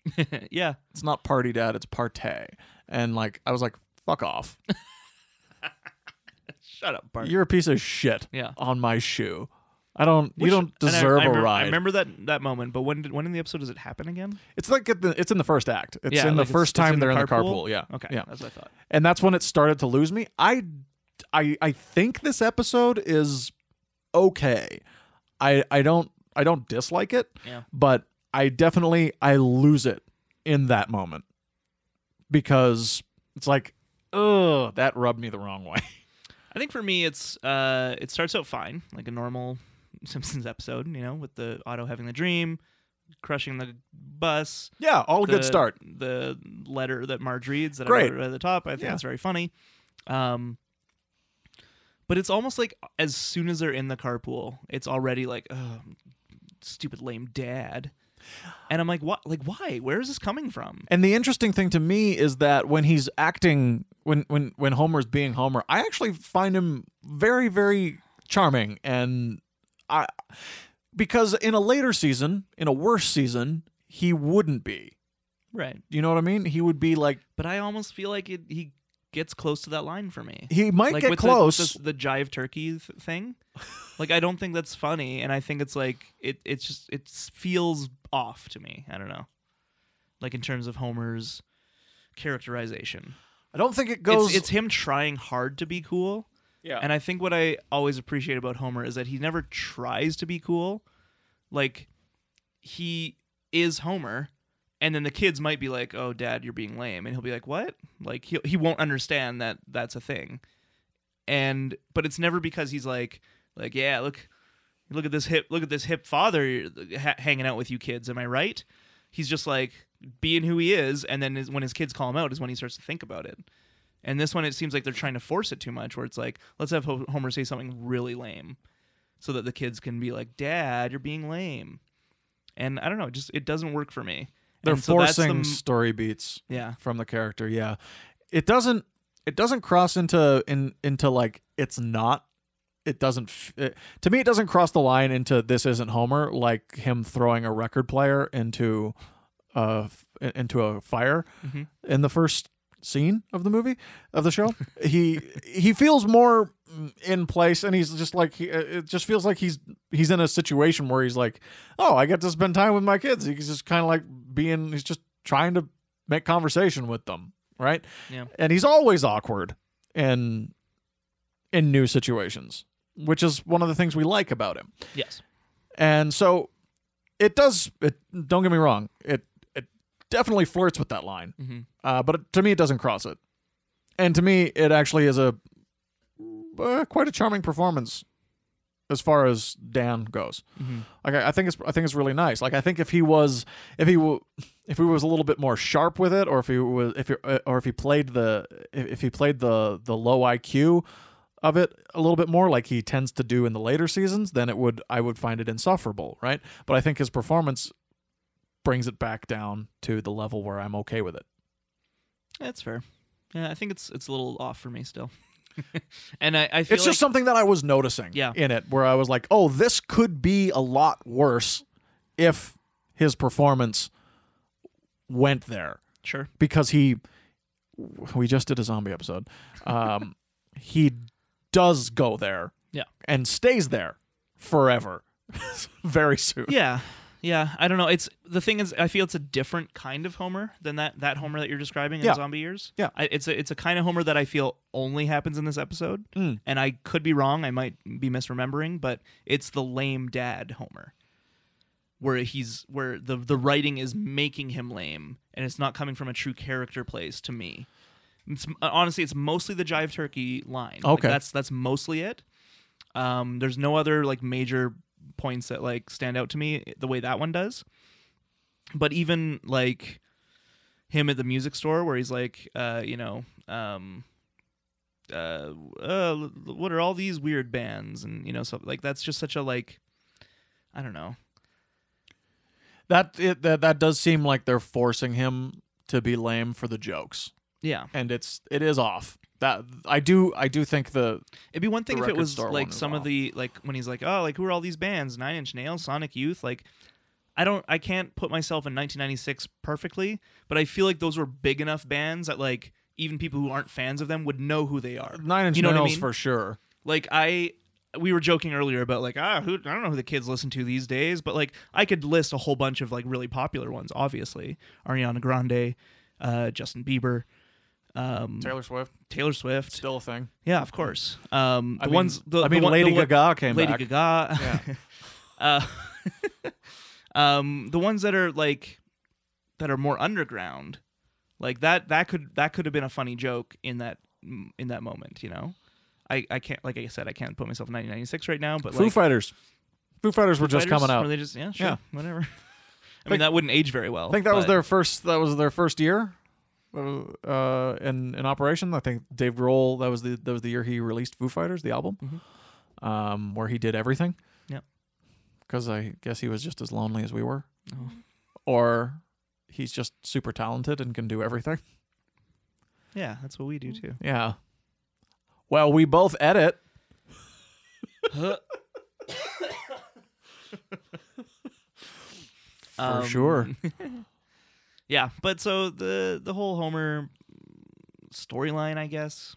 Mm-hmm. yeah. it's not party dad it's partay and like i was like fuck off Shut up, Bart. you're a piece of shit yeah. on my shoe. I don't. you Which- don't and I- deserve I a remember- I ride. remember that that moment, but when did, when in the episode does it happen again? it's like at the, it's in the first act. It's Yeah, in like the it's- first it's time in the they're in the carpool? carpool. Yeah. Okay. Yeah. That's what I thought. And that's when it started to lose me. I, I, I think this episode is okay. I I don't I don't dislike it, Yeah. but I definitely I lose it in that moment because it's like, ugh, that rubbed me the wrong way. I think for me, it's uh, it starts out fine, like a normal Simpsons episode, you know, with the auto having the dream, crushing the bus, yeah, all a the- good start. The letter that Marge reads that Great. I wrote at the top, I think Yeah. that's very funny. Um, but it's almost like as soon as they're in the carpool, it's already like, oh, stupid lame dad. And I'm like, what? Like, why? Where is this coming from? And the interesting thing to me is that when he's acting, when when when Homer's being Homer, I actually find him very very charming and I because in a later season, in a worse season, he wouldn't be. Right. You know what I mean? He would be like But I almost feel like it, he gets close to that line for me. he might like get with close. The, with the, the jive turkey th- thing. like I don't think that's funny, and I think it's like it. It's just it feels off to me. I don't know. Like in terms of Homer's characterization, I don't think it goes it's, it's him trying hard to be cool, yeah. and I think what I always appreciate about Homer is that he never tries to be cool. Like he is Homer. And then the kids might be like, "Oh, Dad, you're being lame," and he'll be like, "What?" Like he he won't understand that that's a thing and but it's never because he's like like yeah look look at this hip look at this hip father ha- hanging out with you kids am i right he's just like being who he is and then his, when his kids call him out is when he starts to think about it and this one it seems like they're trying to force it too much where it's like let's have Ho- homer say something really lame so that the kids can be like dad you're being lame and i don't know it just it doesn't work for me They're And so that's the forcing m- story beats. yeah from the character yeah it doesn't it doesn't cross into in into like it's not it doesn't f- it, to me it doesn't cross the line into this isn't homer like him throwing a record player into uh f- into a fire Mhm. in the first scene of the movie of the show he he feels more mm, in place and he's just like he, uh, it just feels like he's he's in a situation where he's like oh i get to spend time with my kids he's just kind of like being he's just trying to make conversation with them right Yeah. and he's always awkward and in new situations, which is one of the things we like about him. Yes. And so it does it don't get me wrong, it it definitely flirts with that line. Uh, but it- to me it doesn't cross it. And to me it actually is a uh, quite a charming performance as far as Dan goes. Like I, I think it's I think it's really nice. Like I think if he was if he w- if he was a little bit more sharp with it, or if he was if he, uh, or if he played the if if he played the the low IQ of it a little bit more, like he tends to do in the later seasons, then it would I would find it insufferable, right? But I think his performance brings it back down to the level where I'm okay with it. That's fair. Yeah, I think it's it's a little off for me still. and I, I feel It's like, just something that I was noticing Yeah. in it where I was like, oh, this could be a lot worse if his performance went there sure. because he we just did a zombie episode. Um he does go there. Yeah. And stays there forever. Very soon. Yeah. Yeah, I don't know. It's the thing is, I feel it's a different kind of Homer than that that Homer that you're describing in Yeah. Zombie Years. Yeah. I, it's a it's a kind of Homer that I feel only happens in this episode, Mm. and I could be wrong. I might be misremembering, but it's the lame dad Homer, where he's where the the writing is making him lame, and it's not coming from a true character place to me. It's, uh, honestly, it's mostly the Jive Turkey line. Like, Okay. that's that's mostly it. Um, there's no other like major points that like stand out to me the way that one does. But even like him at the music store where he's like, uh, you know, um, uh, uh, what are all these weird bands and you know, so like that's just such a like, I don't know. That it that, that does seem like they're forcing him to be lame for the jokes. Yeah, And it's it is off. That I do I do think the it'd be one thing The if it record was store one like is some of off. the like when he's like, oh, like who are all these bands? Nine Inch Nails, Sonic Youth, like. I don't. I can't put myself in 1996 perfectly, but I feel like those were big enough bands that like even people who aren't fans of them would know who they are. Nine Inch You know what I Nails mean? for sure. Like I we were joking earlier about like ah who I don't know who the kids listen to these days, but like I could list a whole bunch of like really popular ones, obviously. Ariana Grande, uh, Justin Bieber, um, Taylor, Swift Swift. still a thing. Yeah, of course. Um, the I mean- ones the, I the mean, one- the Lady one- Gaga came Lady back. Gaga. uh, um, the ones that are like that are more underground, like that that could that could have been a funny joke in that in that moment, you know. I, I can't like I said I can't put myself in 1996 right now, but Foo like Fighters. Foo Fighters were just Fighters, coming out. were they just- yeah, sure, Yeah. whatever. I mean Think- that wouldn't age very well. I think that was but- their first. That was their first year, uh, in in operation. I think Dave Grohl. That was the that was the year he released Foo Fighters, the album, um, where he did everything. Mm-hmm. Yep. Because I guess he was just as lonely as we were, Oh. or he's just super talented and can do everything. yeah, that's what we do too. Yeah. Well, we both edit. For Um, sure. Yeah, but so the the whole Homer storyline, I guess,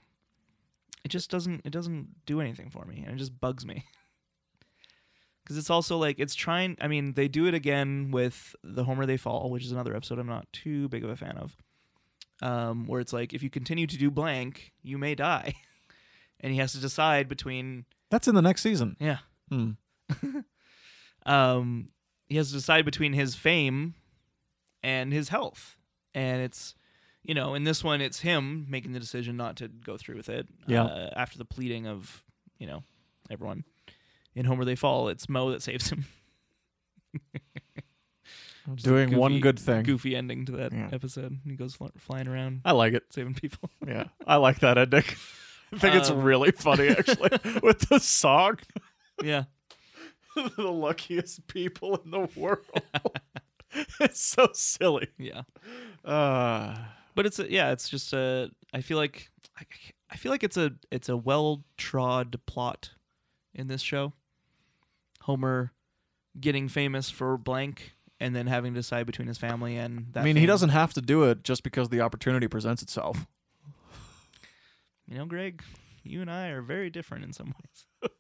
it just doesn't it doesn't do anything for me, and it just bugs me. Because it's also like it's trying. I mean, they do it again with the Homer They Fall, which is another episode I'm not too big of a fan of. Um, where it's like if you continue to do blank, you may die, and he has to decide between That's in the next season. yeah, Hmm. um, he has to decide between his fame and his health. And it's, you know, in this one, it's him making the decision not to go through with it. Yeah. Uh, after the pleading of, you know, everyone. In Homer They Fall, it's Mo that saves him. Just a Doing one goofy- good thing. Goofy ending to that Yeah. episode. He goes fl- flying around, I like it. saving people. Yeah, I like that ending. I think it's Um, really funny actually with the song. yeah. the luckiest people in the world. it's so silly. Yeah. Uh, but it's a, yeah it's just a i feel like I, I feel like it's a it's a well trod plot in this show homer getting famous for blank and then having to decide between his family and that I mean, he fame. doesn't have to do it just because the opportunity presents itself. you know greg you and i are very different in some ways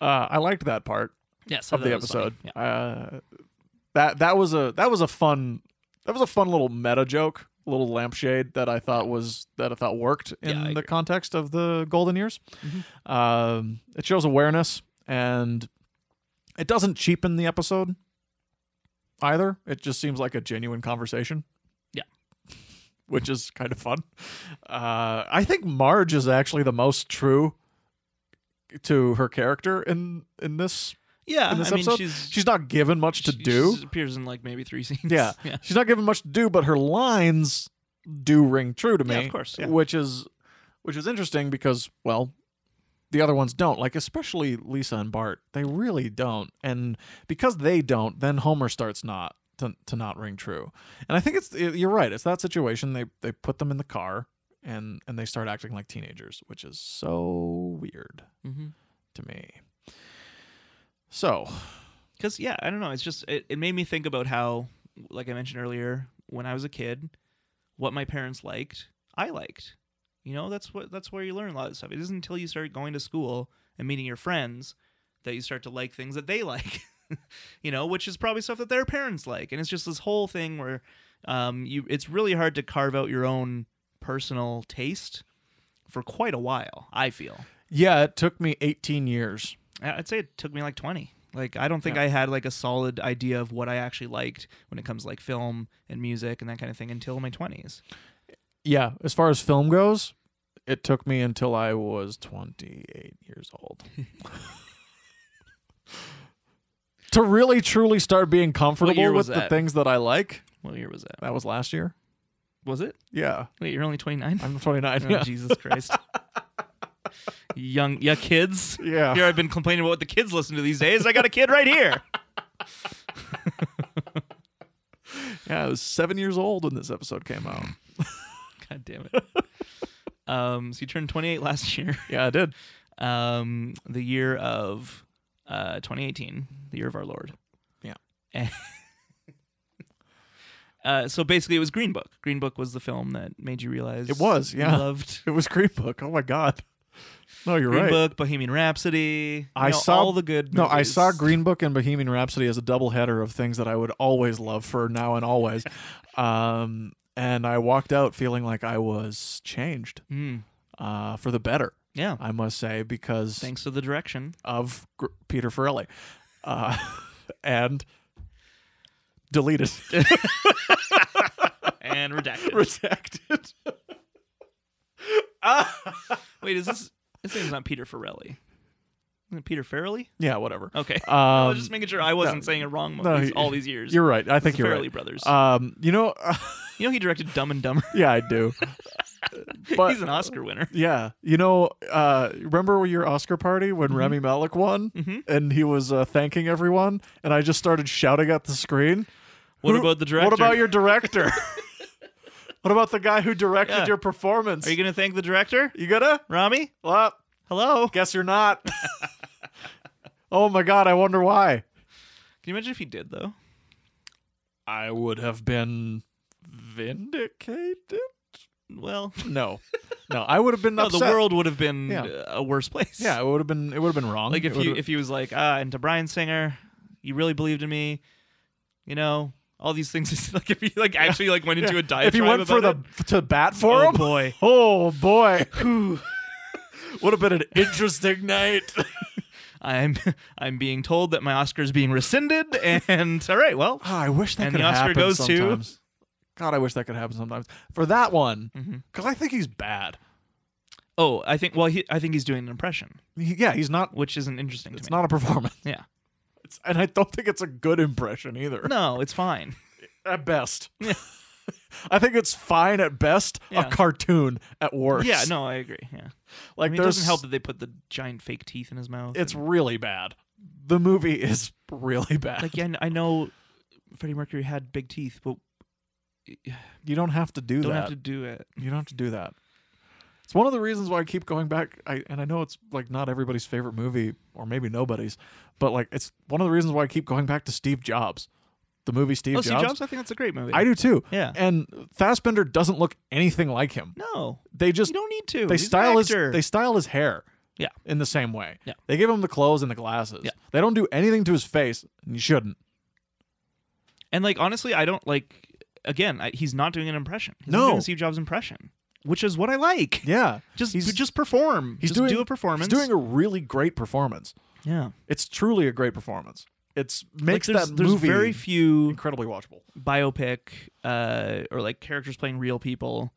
Uh, I liked that part yes of the episode. Uh, that that was a that was a fun that was a fun little meta joke little lampshade that I thought was that I thought worked in Yeah, I the agree. Mm-hmm. context of the golden years. Um, it shows awareness and it doesn't cheapen the episode either. It just seems like a genuine conversation. Yeah. Which is kind of fun. Uh, I think Marge is actually the most true to her character in in this. Yeah, In this I mean, episode, she's She's not given much to she- do. She appears in like maybe three scenes. Yeah. yeah. She's not given much to do, but her lines do ring true to me. Yeah, of course, yeah. Which is which is interesting because, well, the other ones don't. Like especially Lisa and Bart. They really don't. And because they don't, then Homer starts not to, to not ring true. And I think it's you're right. It's that situation. They they put them in the car and and they start acting like teenagers, which is so weird Mm-hmm. to me. So, because yeah i don't know it's just it, it made me think about how like i mentioned earlier when i was a kid what my parents liked i liked you know that's what that's where you learn a lot of stuff it isn't until you start going to school and meeting your friends that you start to like things that they like you know which is probably stuff that their parents like and it's just this whole thing where um you it's really hard to carve out your own personal taste for quite a while i feel yeah, it took me 18 years I- I'd say it took me like 20. Like I don't think Yeah. I had like a solid idea of what I actually liked when it comes to like film and music and that kind of thing until my 20s. Yeah, as far as film goes, it took me until I was 28 years old to really truly start being comfortable year with was the that? things that I like. What year was that? That was last year. Was it? Yeah, Wait, you're only 29? I'm 29. Oh, yeah. Jesus Christ. Young yeah kids. Yeah. Here I've been complaining about what the kids listen to these days. I got a kid right here. yeah, I was seven years old when this episode came out. God damn it. Um so you turned 28 last year. Yeah, I did. um, the year of uh, 2018, the year of our Lord. Yeah. And- uh, so basically, it was Green Book. Green Book was the film that made you realize It was, yeah. you loved It was Green Book. Oh my God. No, you're Green right. Book, Bohemian Rhapsody. you I know, saw- all the good. No, I movies. saw Green Book and Bohemian Rhapsody as a doubleheader of things that I would always love for now and always. um, and I walked out feeling like I was changed Mm, uh, for the better, yeah, I must say, because thanks to the direction. of Gr- Peter Farrelly. Uh, and deleted, And redacted. redacted. Wait, is this? This name's not Peter Farrelly. Isn't it Peter Farrelly? Yeah, whatever. Okay. Um, I was just making sure I wasn't saying it wrong no, these- you- all these years. you're right. I think the you're Farrelly right. brothers. Um, you know, you know he directed Dumb and Dumber. yeah, I do. But He's an Oscar winner. Yeah, you know, uh, remember your Oscar party when Mm-hmm. Remy Malik won, and he was uh, thanking everyone, and I just started shouting at the screen. What "Who- about the director? What about your director? what about the guy who directed Yeah. your performance? Are you gonna thank the director, You gonna? Rami? Well, Hello. Can guess you're not. oh my god, I wonder why. you imagine if he did though? I would have been vindicated. Well, No, no, I would have been no, the upset. world would have been Yeah. uh, a worse place. Yeah, it would have been. It would have been wrong. Like if It you would've- if he was like, ah, and to Brian Singer, you really believed in me, you know, all these things. Like if he like actually like went into a diatribe. if he went for the about to bat for Oh, him, boy. oh boy, would have been an interesting night. it, I'm I'm being told that my Oscar is being rescinded, and all right, well, Ah, I wish that And could the Oscar happen goes to- sometimes. God, I wish that could happen sometimes for that one Mhm. because I think he's bad. oh, I think well, he, I think he's doing an impression, He- yeah, he's not. which isn't interesting It's to me. not a performance, yeah, It's- and I don't think it's a good impression either. no, it's fine. At best, Yeah. I think it's fine at best. Yeah. A cartoon at worst. Yeah, no, I agree. Yeah. like I mean, it there's doesn't help that they put the giant fake teeth in his mouth. It's really bad. The movie is really bad. like yeah, I know Freddie Mercury had big teeth, but you don't have to do don't that. have to do it. You don't have to do that. It's one of the reasons why I keep going back. I and I know it's like not everybody's favorite movie, or maybe nobody's, but like it's one of the reasons why I keep going back to Steve Jobs, the movie Steve, oh, Jobs. Steve Jobs, I think that's a great movie. I do too. Yeah. And Fassbender doesn't look anything like him. no, They just you don't need to. they He's an style his actor. they style his hair. Yeah. In the same way. Yeah. They give him the clothes and the glasses. Yeah. They don't do anything to his face, and you shouldn't. and like honestly, I don't like. again, I, he's not doing an impression. He's No. not doing Steve Jobs impression, which is what I like. Yeah. Just He's- just perform. He's just doing do a performance. He's doing a really great performance. yeah. It's truly a great performance. It's Like, makes there's, that there's movie very few incredibly watchable. biopic uh, or like characters playing real people.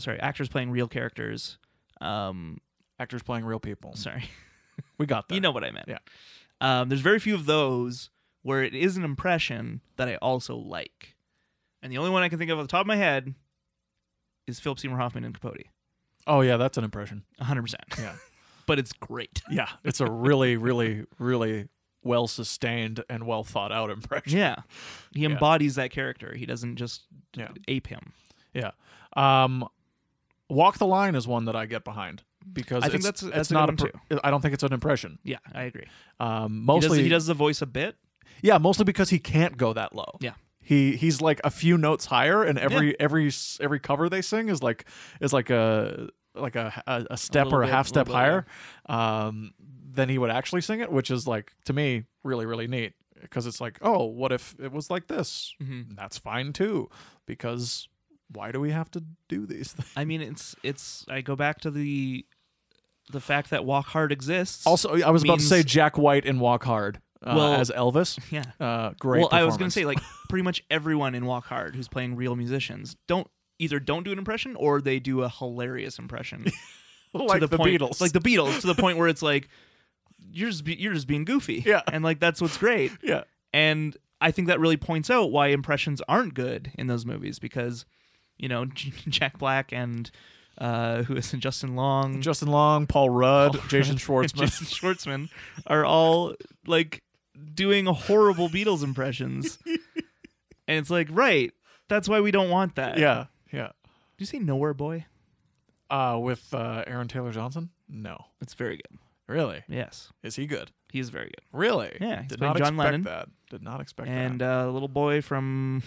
Sorry, actors playing real characters. Um, Actors playing real people. sorry. We got that. You know what I meant. Yeah. Um, there's very few of those where it is an impression that I also like. And the only one I can think of off the top of my head is Philip Seymour Hoffman and Capote. oh yeah, that's an impression. 100%. Yeah. but it's great. Yeah, it's a really, really, really well sustained and well thought out impression. Yeah. He Yeah. embodies that character. He doesn't just Yeah. ape him. Yeah. Um, Walk the line is one that I get behind because I think it's- that's- that's it's a good not one, pr- I don't think it's an impression. Yeah, I agree. Um, He does, mostly he does the voice a bit. yeah, mostly because he can't go that low. Yeah. He he's like a few notes higher, and every every s- every cover they sing is like is like a like a a, a step little or a bit- half step little bit, higher um, than he would actually sing it, which is like to me really really neat because it's like oh what if it was like this? That's fine too because why do we have to do these things? I mean, it's it's. I go back to the the fact that Walk Hard exists. Also, I was about to say means- Jack White in Walk Hard uh, Well- as Elvis. yeah. Uh, great. well, I was gonna performance. say like pretty much everyone in Walk Hard who's playing real musicians don't either don't do an impression or they do a hilarious impression. like to the, point, Beatles, like the Beatles, to the point where it's like you're just be, you're just being goofy. Yeah. and like that's what's great. yeah, And I think that really points out why impressions aren't good in those movies because, you know, Jack Black and uh, who is it, Justin Long, Justin Long, Paul Rudd, Paul Jason and Schwartzman. Jason Schwartzman are all like doing horrible Beatles impressions. and it's like, right, that's why we don't want that. yeah, yeah. Did you say Nowhere Boy? Uh, with uh, Aaron Taylor Johnson? No, It's very good. really. Yes. Is he good? He is very good. Really? Yeah, he's Did playing not John expect Lennon. that. Did not expect And that. uh, little boy from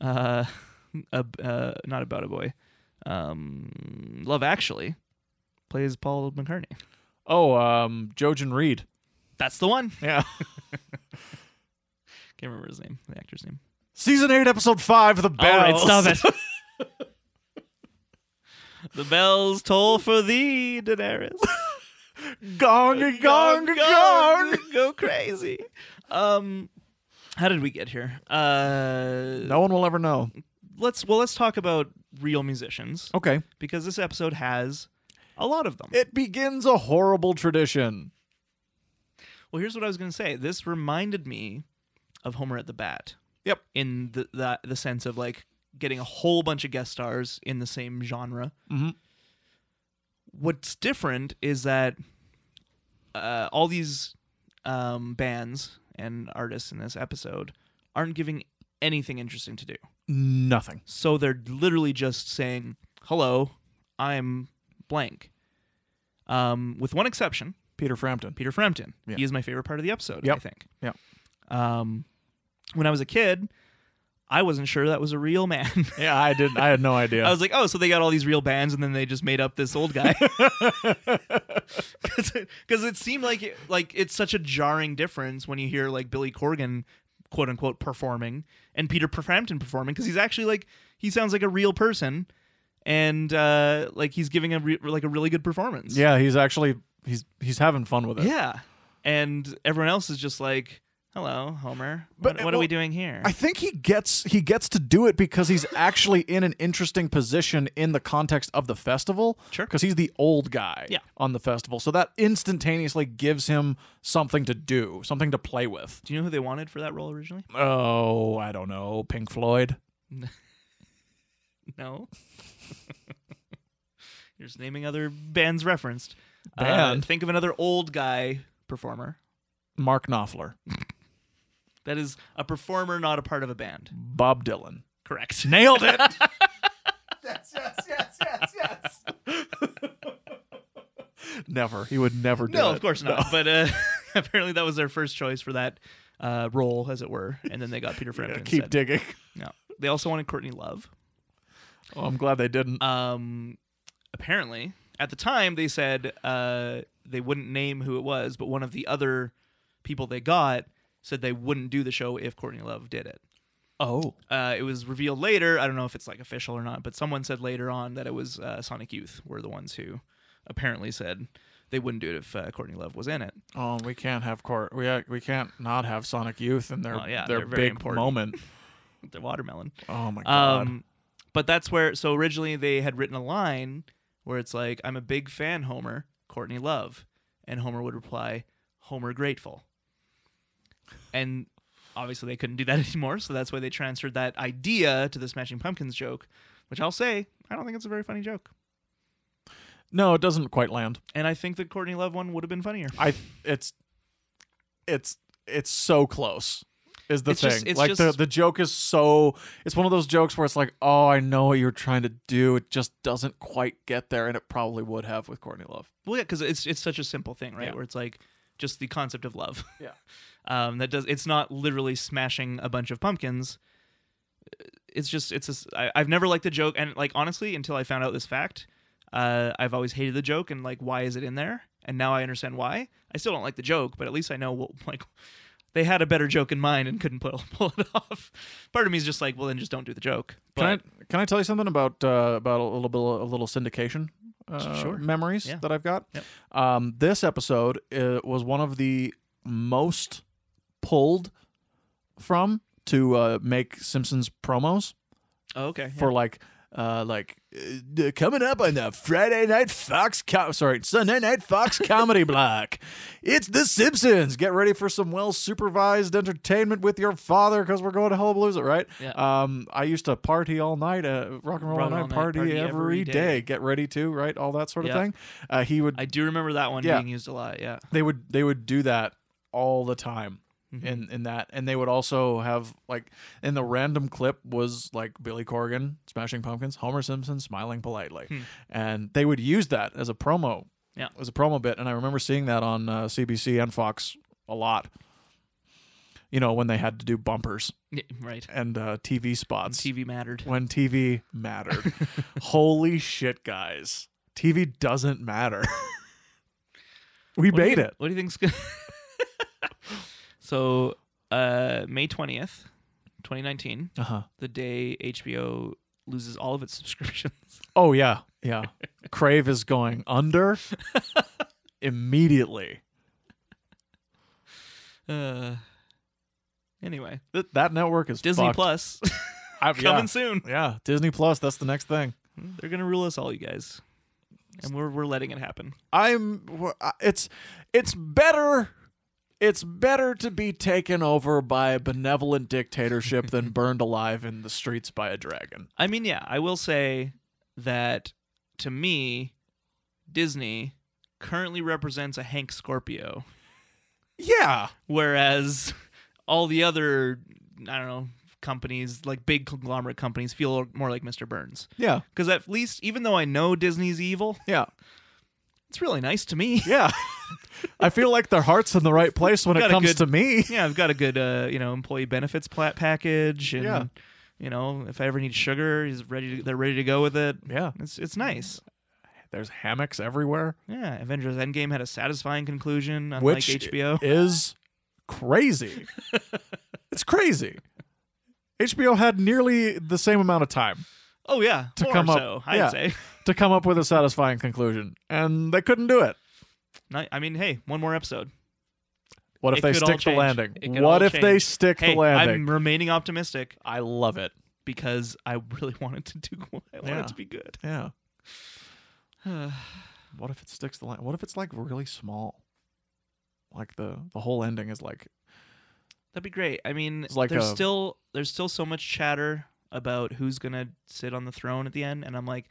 uh, a, uh not about a boy. Um Love Actually plays Paul McCartney. Oh, um, Jojen Reed. That's the one. Yeah. Can't remember his name, the actor's name. Season eight, episode five, the bells. All Oh, right, stop it. the bells toll for thee, Daenerys. it. gong, a gong, a gong. go crazy. Um, how did we get here? Uh, No one will ever know. let's well, let's talk about real musicians Okay. because this episode has a lot of them. It begins a horrible tradition. Well, here's what I was going to say. This reminded me of Homer at the Bat. Yep. In the the, the sense of like getting a whole bunch of guest stars in the same genre. Mhm. What's different is that uh, all these um, bands and artists in this episode aren't giving anything interesting to do. Nothing. So they're literally just saying, "Hello, I'm blank." Um, with one exception, Peter Frampton. Peter Frampton. Yeah. He is my favorite part of the episode, Yep. I think. Yep. Um, when I was a kid, I wasn't sure that was a real man. Yeah, I didn't. I had no idea. I was like, oh, so they got all these real bands and then they just made up this old guy. Because it seemed like it, like it's such a jarring difference when you hear like Billy Corgan, quote unquote, performing and Peter Frampton performing because he's actually like he sounds like a real person and uh, like he's giving a re- like a really good performance. yeah, he's actually he's he's having fun with it. Yeah. And everyone else is just like, hello, Homer. But, what what well, are we doing here? I think he gets he gets to do it because he's actually in an interesting position in the context of the festival. Sure. Because he's the old guy Yeah. on the festival. So that instantaneously gives him something to do, something to play with. Do you know who they wanted for that role originally? Oh, I don't know, Pink Floyd. No. You're just naming other bands referenced. Uh, Band? think of another old guy performer. Mark Knopfler. That is a performer, not a part of a band. Bob Dylan. Correct. Nailed it. yes, yes, yes, yes, yes. never. He would never do No, it. of course not. But uh, apparently that was their first choice for that uh, role, as it were. And then they got Peter Frampton. Keep instead. digging. no. They also wanted Courtney Love. Oh, I'm glad they didn't. um apparently at the time they said uh they wouldn't name who it was but one of the other people they got said they wouldn't do the show if courtney love did it Oh, Uh, it was revealed later. I don't know if it's like official or not, but someone said later on that it was uh, Sonic Youth were the ones who apparently said they wouldn't do it if uh, Courtney Love was in it. oh, we can't have court. We uh, we can't not have Sonic Youth and their Well, Oh, yeah, their they're very big important. moment. The watermelon. Oh my god. Um, but that's where. So originally they had written a line where it's like, "I'm a big fan, Homer, Courtney Love," and Homer would reply, "Homer grateful." And obviously they couldn't do that anymore, so that's why they transferred that idea to the Smashing Pumpkins joke, which I'll say I don't think it's a very funny joke. no, it doesn't quite land. And I think the Courtney Love one would have been funnier. I it's it's it's so close is the It's thing. just- it's like the just- the joke is so it's one of those jokes where it's like, oh, I know what you're trying to do. It just doesn't quite get there, and it probably would have with Courtney Love. Well, yeah, because it's it's such a simple thing, right? Yeah. Where it's like just the concept of love. Yeah. um, that does. It's not literally smashing a bunch of pumpkins. Uh, It's just it's a s- I, I've never liked the joke, and like honestly, until I found out this fact, uh, I've always hated the joke, and like why is it in there? And now I understand why. I still don't like the joke, but at least I know what like. They had a better joke in mind and couldn't pull, pull it off. Part of me is just like, well, then just don't do the joke. But Can I can I tell you something about uh, about a little bit a little syndication uh, Sure. memories Yeah. that I've got? Yep. Um, this episode uh, was one of the most pulled from to uh, make Simpsons promos oh, okay. for like uh like uh, coming up on the Friday night Fox com- sorry Sunday night Fox comedy block. It's The Simpsons. Get ready for some well supervised entertainment with your father because we're going to hell lose it right. Yeah. Um, I used to party all night, uh, rock and roll all night, Rock and roll night, party, party every every day. day. Get ready to right all that sort of Yeah. thing. Uh, he would I do remember that one Yeah. being used a lot. Yeah. they would they would do that all the time Mhm. in in that and they would also have like in the random clip was like billy corgan smashing pumpkins homer simpson smiling politely Hmm. and they would use that as a promo Yeah. as a promo bit and i remember seeing that on uh, cbc and fox a lot you know when they had to do bumpers Yeah, right. and uh, tv And spots TV mattered. when tv mattered holy shit guys tv doesn't matter we What do you made think- it What do you think's going So, uh, May 20th, 2019, uh-huh the day HBO loses all of its subscriptions. Oh yeah, yeah. Crave is going under immediately. Uh, anyway, Th- that network is Disney fucked. Plus I- coming yeah. soon. yeah, Disney Plus. That's the next thing. They're going to rule us all, you guys. And we're, we're letting it happen. I'm. w- I- It's it's better. It's better to be taken over by a benevolent dictatorship than burned alive in the streets by a dragon. I mean, yeah, I will say that to me, Disney currently represents a Hank Scorpio. Yeah, whereas all the other i don't know companies like big conglomerate companies feel more like mr burns yeah, because at least even though i know disney's evil yeah, it's really nice to me yeah. I feel like their heart's in the right place when it Got a comes good- to me. yeah i've got a good uh, you know employee benefits plat package and Yeah. you know if i ever need sugar he's ready to, they're ready to go with it Yeah, it's, it's nice there's hammocks everywhere. yeah avengers endgame had a satisfying conclusion unlike which hbo is crazy. it's crazy. HBO had nearly the same amount of time oh yeah to more come up- so i'd yeah. say to come up with a satisfying conclusion, and they couldn't do it. Ni- i mean hey one more episode What if It they could all stick the change. landing? It could What all if they change. stick hey the landing? i'm remaining optimistic i love it. because I really wanted to do. I wanted Yeah. it to be good. Yeah. What if it sticks the landing? What if it's like really small? Like the the whole ending is like That'd be great. I mean, It's like there's a- still there's still so much chatter about who's gonna sit on the throne at the end, and I'm like,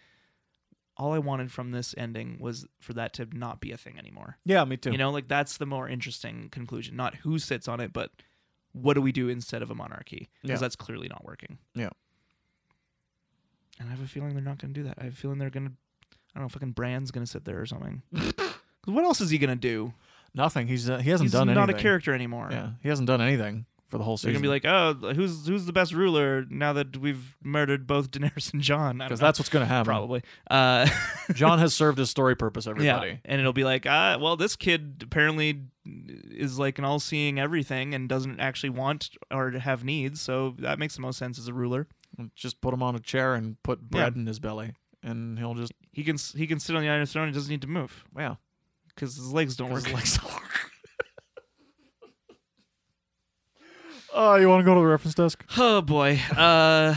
all I wanted from this ending was for that to not be a thing anymore. yeah, me too. You know, like that's the more interesting conclusion. Not who sits on it, but what do we do instead of a monarchy? Yeah. Because that's clearly not working. Yeah. And I have a feeling they're not gonna do that. I have a feeling they're gonna. I don't know, fucking Bran's gonna sit there or something. 'Cause what else is he gonna do? Nothing. He's uh, he hasn't he's done not anything. a character anymore. Yeah, he hasn't done anything for the whole season. They're gonna be like, oh, who's who's the best ruler now that we've murdered both Daenerys and John? because that's what's going to happen. probably. Uh, John has served his story purpose. Everybody. yeah, and it'll be like, ah, well, this kid apparently is like an all-seeing everything and doesn't actually want or have needs, so that makes the most sense as a ruler. Just put him on a chair and put bread in his belly, and he'll just He can s- he can sit on the Iron Throne and doesn't need to move yeah. because his legs don't work. oh, you want to go to the reference desk? Oh boy. Uh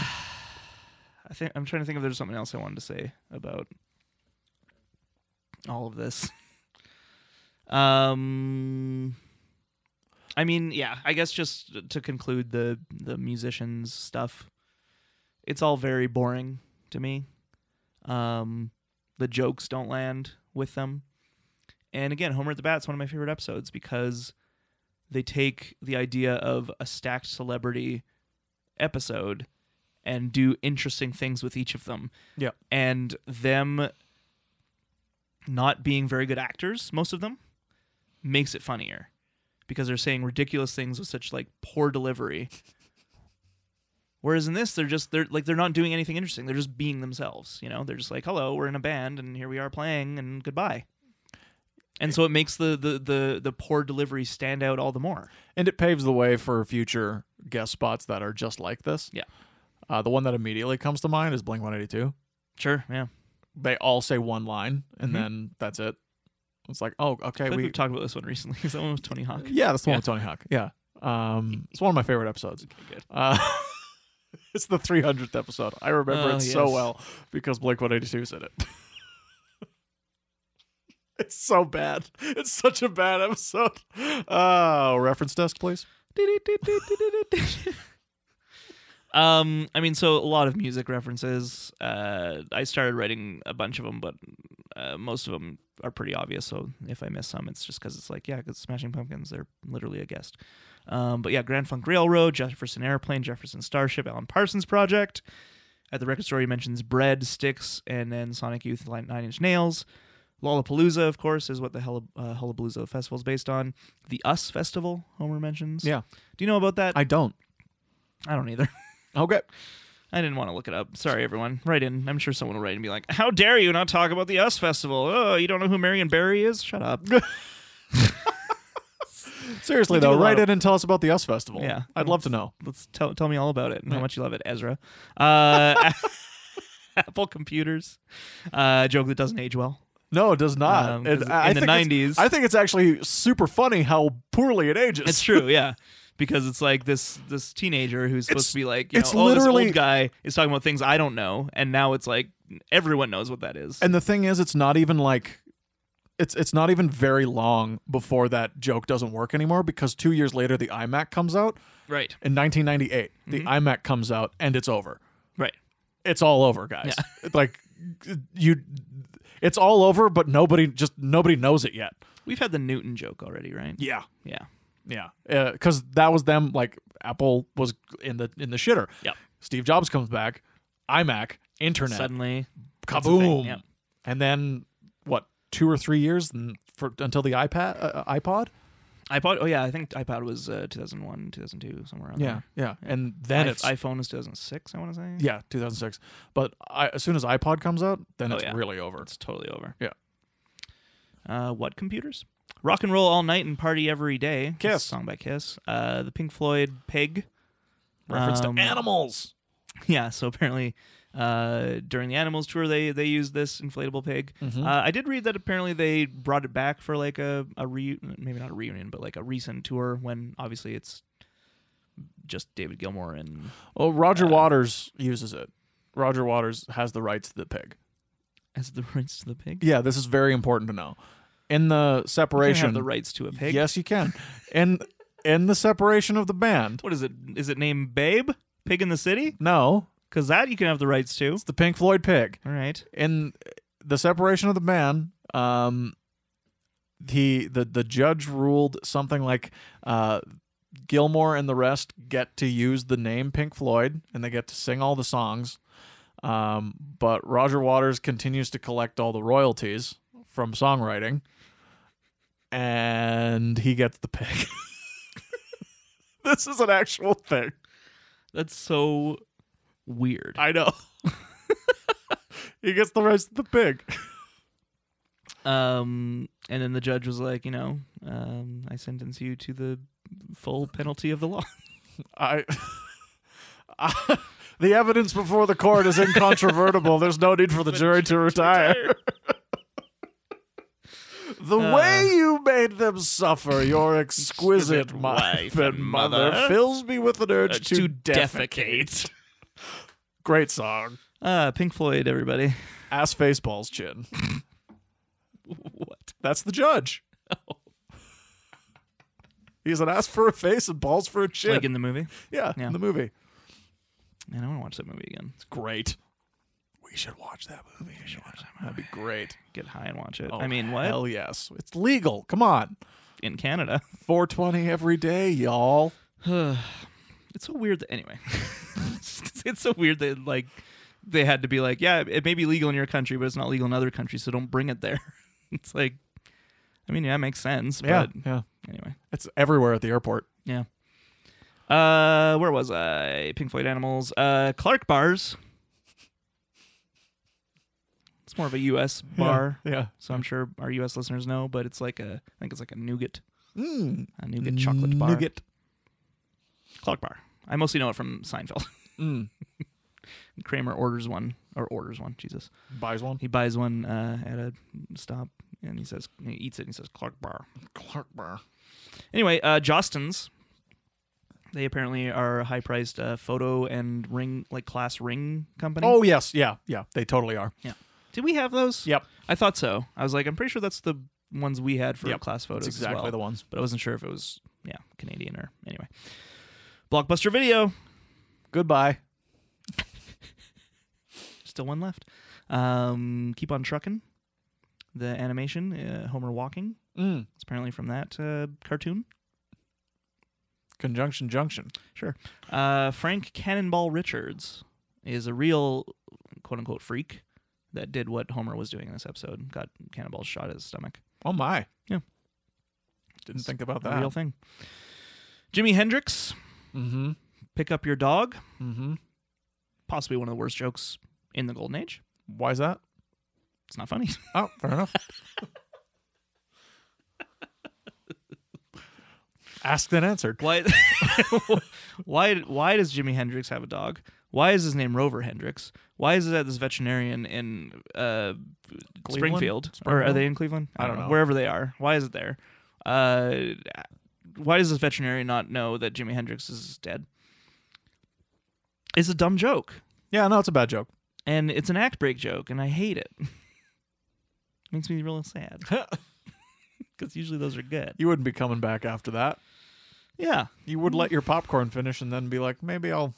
I think I'm trying to think if there's something else I wanted to say about all of this. Um I mean, yeah, I guess just to conclude the the musicians stuff. It's all very boring to me. Um the jokes don't land with them. And again, Homer at the Bat's one of my favorite episodes because they take the idea of a stacked celebrity episode and do interesting things with each of them. Yeah. And them not being very good actors, most of them, makes it funnier because they're saying ridiculous things with such like poor delivery. Whereas in this, they're just they're like they're not doing anything interesting. They're just being themselves. You know, they're just like, "Hello, we're in a band, and here we are playing, and goodbye." And so it makes the the the the poor delivery stand out all the more. And it paves the way for future guest spots that are just like this. Yeah. Uh, the one that immediately comes to mind is Blink 182. Sure, yeah. They all say one line, and Mhm. then that's it. It's like, oh, okay, I think we we've talked about this one recently. Is that one with Tony Hawk? Yeah, that's the one Yeah. with Tony Hawk. Yeah. Um, it's one of my favorite episodes. good. Uh, it's the 300th episode. I remember Oh, it so yes. well because Blake 182 said it. it's so bad. It's such a bad episode. Uh, reference desk, please. um, I mean, so a lot of music references. Uh, I started writing a bunch of them, but uh, most of them are pretty obvious. So if I miss some, it's just because it's like, yeah, because Smashing Pumpkins, they're literally a guest. Um, but yeah, Grand Funk Railroad, Jefferson Airplane, Jefferson Starship, Alan Parsons Project. At the record store, he mentions Bread, Sticks, and then Sonic Youth, Nine Nine Inch Nails. Lollapalooza, of course, is what the Hella, uh, Hullabalooza Festival is based on. The Us Festival, Homer mentions. Yeah. Do you know about that? I don't. I don't either. Okay. I didn't want to look it up. Sorry, everyone. Write in. I'm sure someone will write and be like, "How dare you not talk about the US Festival? Oh, you don't know who Marion Barry is? Shut up." Seriously, We do a though, lot write of- in and tell us about the US Festival. Yeah. I'd love to know. Let's tell tell me all about it and how much you love it, Ezra. Uh, Apple computers, uh, a joke that doesn't age well. No, it does not. Um, It- 'cause I in the think it's- 90s. I think it's actually super funny how poorly it ages. It's true, yeah. Because it's like this this teenager who's supposed It's- to be like, you it's know, oh, this literally- old guy is talking about things I don't know, and now it's like everyone knows what that is. And the thing is, it's not even like it's it's not even very long before that joke doesn't work anymore because two years later the iMac comes out right, in 1998. The iMac comes out and it's over. right. It's all over, guys. like you, it's all over, but nobody just nobody knows it yet. We've had the Newton joke already, right? Yeah, yeah. yeah, because Uh, that was them. Like Apple was in the in the shitter. Yep. Steve Jobs comes back, iMac, internet, Suddenly, that's a kaboom thing, yeah. and then what two or three years and for, until the ipad uh, ipod iPod. Oh yeah, I think iPod was uh, 2001, 2002, somewhere around there. yeah and then I- it's iPhone was 2006. I want to say. yeah 2006 but I, as soon as ipod comes out then Oh, it's yeah. really over it's totally over. Yeah. Uh, what computers? Rock and roll all night and party every day. That's a Kiss. song by Kiss. Uh, the Pink Floyd Pig. reference Um, to animals Yeah. So apparently, uh, during the Animals tour, they they used this inflatable pig. Mhm. Uh, I did read that apparently they brought it back for like a a re maybe not a reunion, but like a recent tour when obviously it's just David Gilmour and well roger Uh, waters uses it roger waters has the rights to the pig as the rights to the pig. yeah this is very important to know in the You can't separation have the rights to a pig. yes you can in in the separation of the band What is it? Is it named Babe? Pig in the City? no Because that you can have the rights to. it's the pink floyd pig All right. in the separation of the band, um, he the the judge ruled something like uh, Gilmore and the rest get to use the name Pink Floyd and they get to sing all the songs, um, but Roger Waters continues to collect all the royalties from songwriting, and he gets the pick. this is an actual thing. That's so weird. I know. he gets the rest of the pig. Um, and then the judge was like, you know, um, I sentence you to the full penalty of the law. I. I the evidence before the court is incontrovertible. There's no need for the jury to retire. The Uh. way you made them suffer, your exquisite Exquisite wife wife and and mother, mother, fills me with an urge uh, to, to defecate. defecate. Great song. Uh, Pink Floyd, everybody. Ass face balls chin. What? That's the judge. He's an ass for a face and balls for a chin. Like in the movie? yeah, yeah. in the movie. Man, I want to watch that movie again. It's great. We should watch that movie. We should watch that movie. That'd be great. Get high and watch it. Oh, I mean, what? Hell yes. It's legal. Come on. In Canada. 420 every day, y'all. it's so weird that, anyway. it's so weird that, like, they had to be like, yeah, it may be legal in your country, but it's not legal in other countries, so don't bring it there. it's like, I mean, yeah, it makes sense, but yeah. anyway. It's everywhere at the airport. Yeah. Uh, where was I? Pink Floyd Animals. Uh, Clark Bars. It's more of a U.S. bar, Yeah. so I'm sure our U.S. listeners know. But it's like a, I think it's like a nougat, yeah. Mm. a nougat chocolate bar. Nougat. Clark Bar. I mostly know it from Seinfeld. Mm. Kramer orders one, or orders one. Jesus, Buys one. he buys one uh, at a stop, and he says he eats it, and he says Clark Bar. Clark Bar. Anyway, uh, Jostens. They apparently are a high-priced uh, photo and ring, like class ring company. Oh, yes. Yeah. Yeah. They totally are. Did we have those? Yep. I thought so. I was like, I'm pretty sure that's the ones we had for Yep. class photos. That's exactly as well. the ones. But I wasn't sure if it was yeah Canadian or anyway. Blockbuster Video, Goodbye. still one left. Um, keep on trucking. The animation, uh, Homer walking. Mm. It's apparently from that uh, cartoon. Conjunction Junction. Sure. Uh, Frank Cannonball Richards is a real quote unquote freak that did what Homer was doing in this episode. Got cannonballs shot at his stomach. Oh, my. Yeah. Didn't think about The that. real thing. Jimi Hendrix, Mm-hmm. pick up your dog. Mm-hmm. possibly one of the worst jokes in the golden age. Why is that? It's not funny. Oh, fair enough. Asked and answered. Why? why? Why does Jimi Hendrix have a dog? Why is his name Rover Hendrix? Why is it at this veterinarian in uh, Cleveland? Springfield? Or are Springfield? they in Cleveland? Uh, I don't know. Wherever they are, why is it there? Uh, why does this veterinarian not know that Jimi Hendrix is dead? It's a dumb joke, Yeah, no, it's a bad joke. and it's an act break joke, and I hate it. Makes me real sad because usually those are good. you wouldn't be coming back after that. Yeah. You would let your popcorn finish and then be like, maybe I'll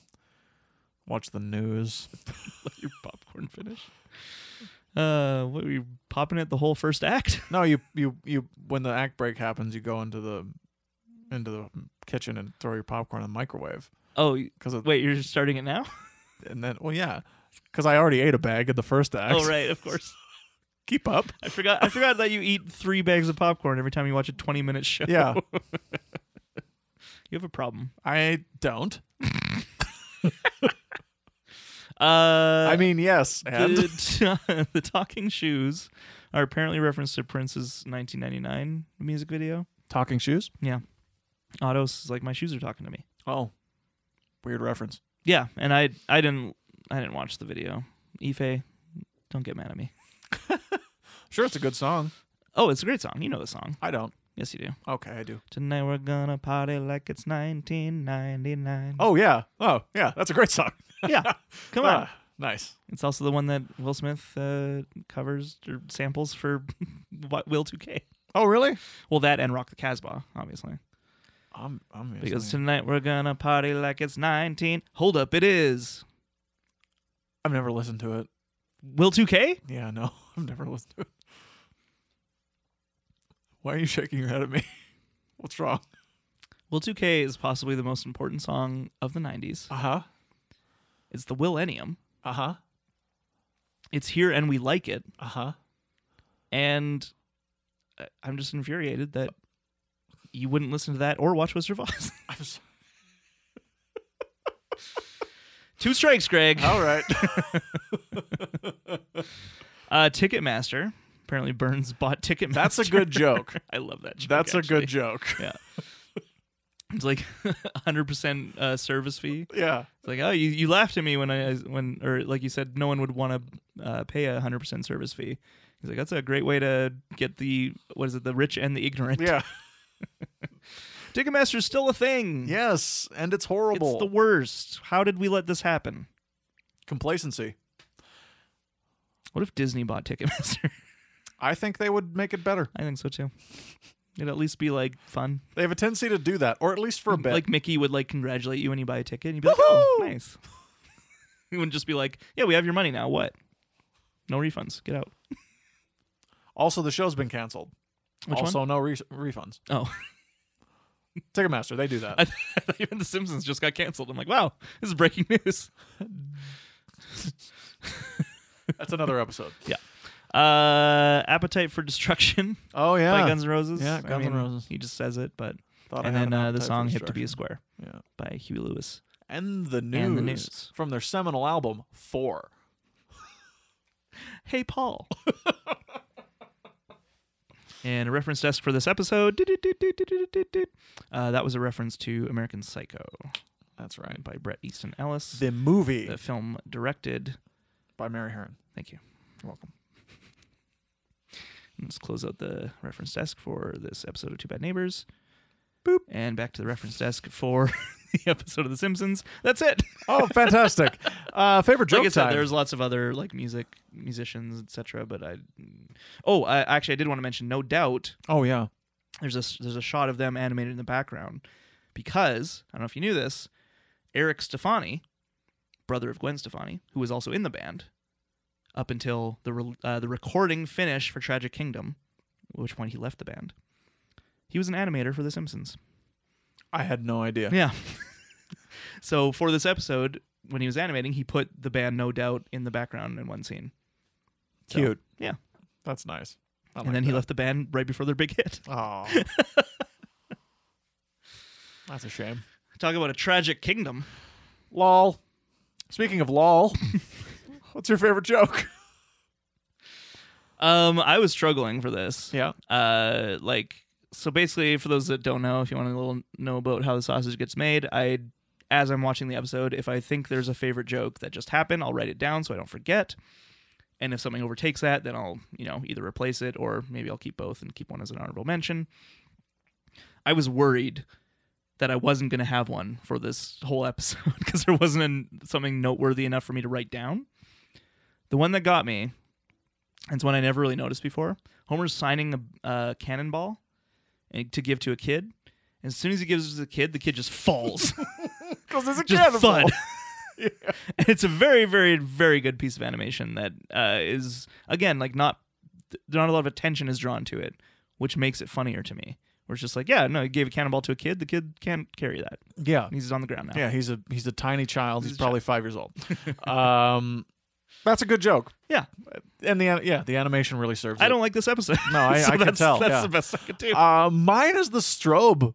watch the news. let your popcorn finish. Uh, what were you popping it the whole first act? No, you you you when the act break happens, you go into the into the kitchen and throw your popcorn in the microwave Oh, because wait, you're just starting it now? and then well yeah because I already ate a bag in the first act. Oh, right, of course. Keep up. I forgot. I forgot that you eat three bags of popcorn every time you watch a 20 minute show. Yeah, you have a problem. I don't. Uh, I mean, yes, and the, the talking shoes are apparently referenced to Prince's 1999 music video. talking shoes. Autos is like my shoes are talking to me. Oh, weird reference. Yeah, and I I didn't I didn't watch the video. Ife, don't get mad at me. Sure, it's a good song. Oh, it's a great song. You know the song. I don't. Yes, you do. Okay, I do. Tonight we're gonna party like it's 1999. Oh yeah. Oh yeah. That's a great song. yeah, come on! Ah, nice. It's also the one that Will Smith uh, covers or samples for what Will 2K. Oh really? Well, that and Rock the Casbah, obviously, I'm. I'm because because tonight we're gonna party like it's 19. Hold up, it is I've never listened to it. Will 2K. Yeah, no, I've never listened to it. Why are you shaking your head at me? What's wrong? Will 2K is possibly the most important song of the 90s. Uh huh. It's the Will Ennium. Uh huh. It's here and we like it, Uh huh. and I- I'm just infuriated that you wouldn't listen to that or watch Wizard of Oz. I'm. So- Two strikes, Greg. All right. Uh, Ticketmaster apparently Burns bought Ticketmaster. That's a good joke. I love that. Joke, That's a actually. good joke. Yeah. It's like 100% uh, service fee. Yeah. It's like, oh, you, you laughed at me when I when or like you said, no one would want to uh, pay a 100% service fee. He's like, that's a great way to get the what is it, the rich and the ignorant. Yeah. Ticketmaster's still a thing. Yes. And it's It's horrible. the worst. How did we let this happen? Complacency. What if Disney bought Ticketmaster? I think they would make it better. I think so too. It'd at least be like fun. They have a tendency to do that, or at least for a bit. Like Mickey would like congratulate you when you buy a ticket and you'd be like, Woohoo! Oh, nice. he wouldn't just be like, Yeah, we have your money now. What? No refunds. Get out. also, the show's been canceled. Which also, one? no re- refunds. Oh. Ticketmaster, they do that. I thought even The Simpsons just got canceled. I'm like, wow, this is breaking news. That's another episode. Uh, Appetite for Destruction Oh yeah. by Guns N' Roses. Yeah, I Guns N' mean, Roses. He just says it, but Thought I and had an then uh, the appetite for song "Hip to Be a destruction. Square" Yeah. by Huey Lewis. And the news, And the news. from their seminal album Four. Hey, Paul. and a reference desk for this episode. doot-doot-doot-doot-doot-doot-doot. Uh, that was a reference to American Psycho That's right. by Brett Easton Ellis, The movie the film directed. by Mary Herron. Thank you. You're welcome. And Let's close out the reference desk for this episode of Two Bad Neighbors. Boop. And back to the reference desk for the episode of The Simpsons. That's it. Oh, fantastic! uh, favorite joke like I said, time. there's lots of other like music musicians, etc. But I, oh, I, actually, I did want to mention No Doubt. Oh yeah. There's a there's a shot of them animated in the background because I don't know if you knew this, Eric Stefani, brother of Gwen Stefani, who was also in the band, up until the re- uh, the recording finish for Tragic Kingdom, at which point he left the band. He was an animator for The Simpsons. I had no idea. Yeah. so for this episode, when he was animating, he put the band No Doubt in the background in one scene. So, Cute. yeah. That's nice. I and like then he that. left the band right before their big hit. Oh. That's a shame. Talk about a tragic kingdom. Lol. Speaking of lol, what's your favorite joke? Um, I was struggling for this. Yeah. Uh, like so basically, for those that don't know, if you want to little know about how the sausage gets made, I, as I'm watching the episode, if I think there's a favorite joke that just happened, I'll write it down so I don't forget. And if something overtakes that, then I'll you know either replace it or maybe I'll keep both and keep one as an honorable mention. I was worried that I wasn't going to have one for this whole episode because there wasn't an, something noteworthy enough for me to write down. The one that got me, and it's one I never really noticed before. Homer's signing a uh, cannonball and- to give to a kid. And as soon as he gives it to the kid, the kid just falls. Because it's a just cannibal. thud. And it's a very, very, very good piece of animation that uh, is, again, like not not a lot of attention is drawn to it, which makes it funnier to me. Where it's just like, yeah, no, he gave a cannonball to a kid. The kid can't carry that. Yeah. And he's on the ground now. Yeah, he's a he's a tiny child. He's, a probably five years old. um, that's a good joke, Yeah. and the an- yeah the animation really serves. I it. don't like this episode. No, I- I so can that's, tell, That's yeah. the best I could do. Uh, mine is the strobe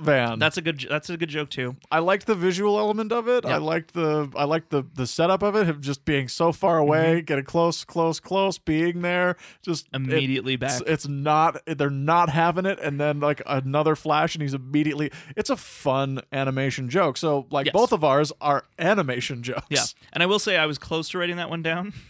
van. that's a good. j- That's a good joke too. I liked the visual element of it. Yeah. I liked the I liked the the setup of it. Him just being so Mm-hmm. far away, getting close, close, close, being there. Just it- Immediately it's, back. it's not they're not having it, and then like another flash, and he's immediately. It's a fun animation joke. So like Yes. both of ours are animation jokes. Yeah, and I will say I was close to writing that one down.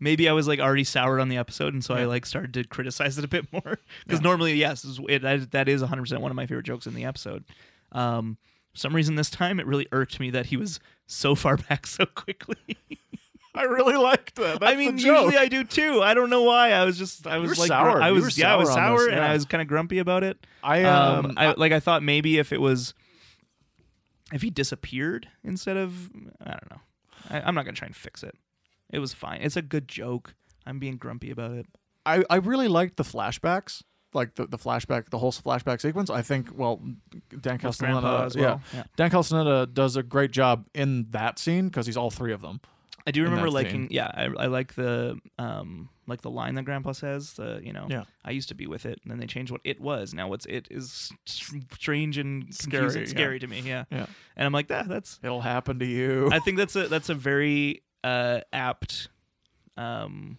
Maybe I was like already soured on the episode, and so I like started to criticize it a bit more. Because normally, yes, is- it, that- that is 100 percent one of my favorite jokes in the episode. Um, for some reason this time it really irked me that he was so far back so quickly. I really liked that. That's I mean, the joke. usually I do too. I don't know why. I was just I was were like sour. I You was were yeah I was sour on sour this, and yeah. I was kind of grumpy about it. I um, Um, I, like I thought maybe if it was if he disappeared instead of I don't know. I, I'm not gonna try and fix it. It was fine. It's a good joke. I'm being grumpy about it. I, I really liked the flashbacks, like the, the flashback, the whole flashback sequence. I think, well, Dan Grandpa Castellaneta, as well. yeah, Yeah. Dan Castellaneta does a great job in that scene because he's all three of them. I do remember that liking. Yeah, I, I like the um like the line that grandpa says uh, you know Yeah. i used to be with it and then they changed what it was now what's it is s- strange and Scary, scary yeah. scary to me yeah Yeah. and i'm like that that's It'll happen to you. i think that's a that's a very uh apt um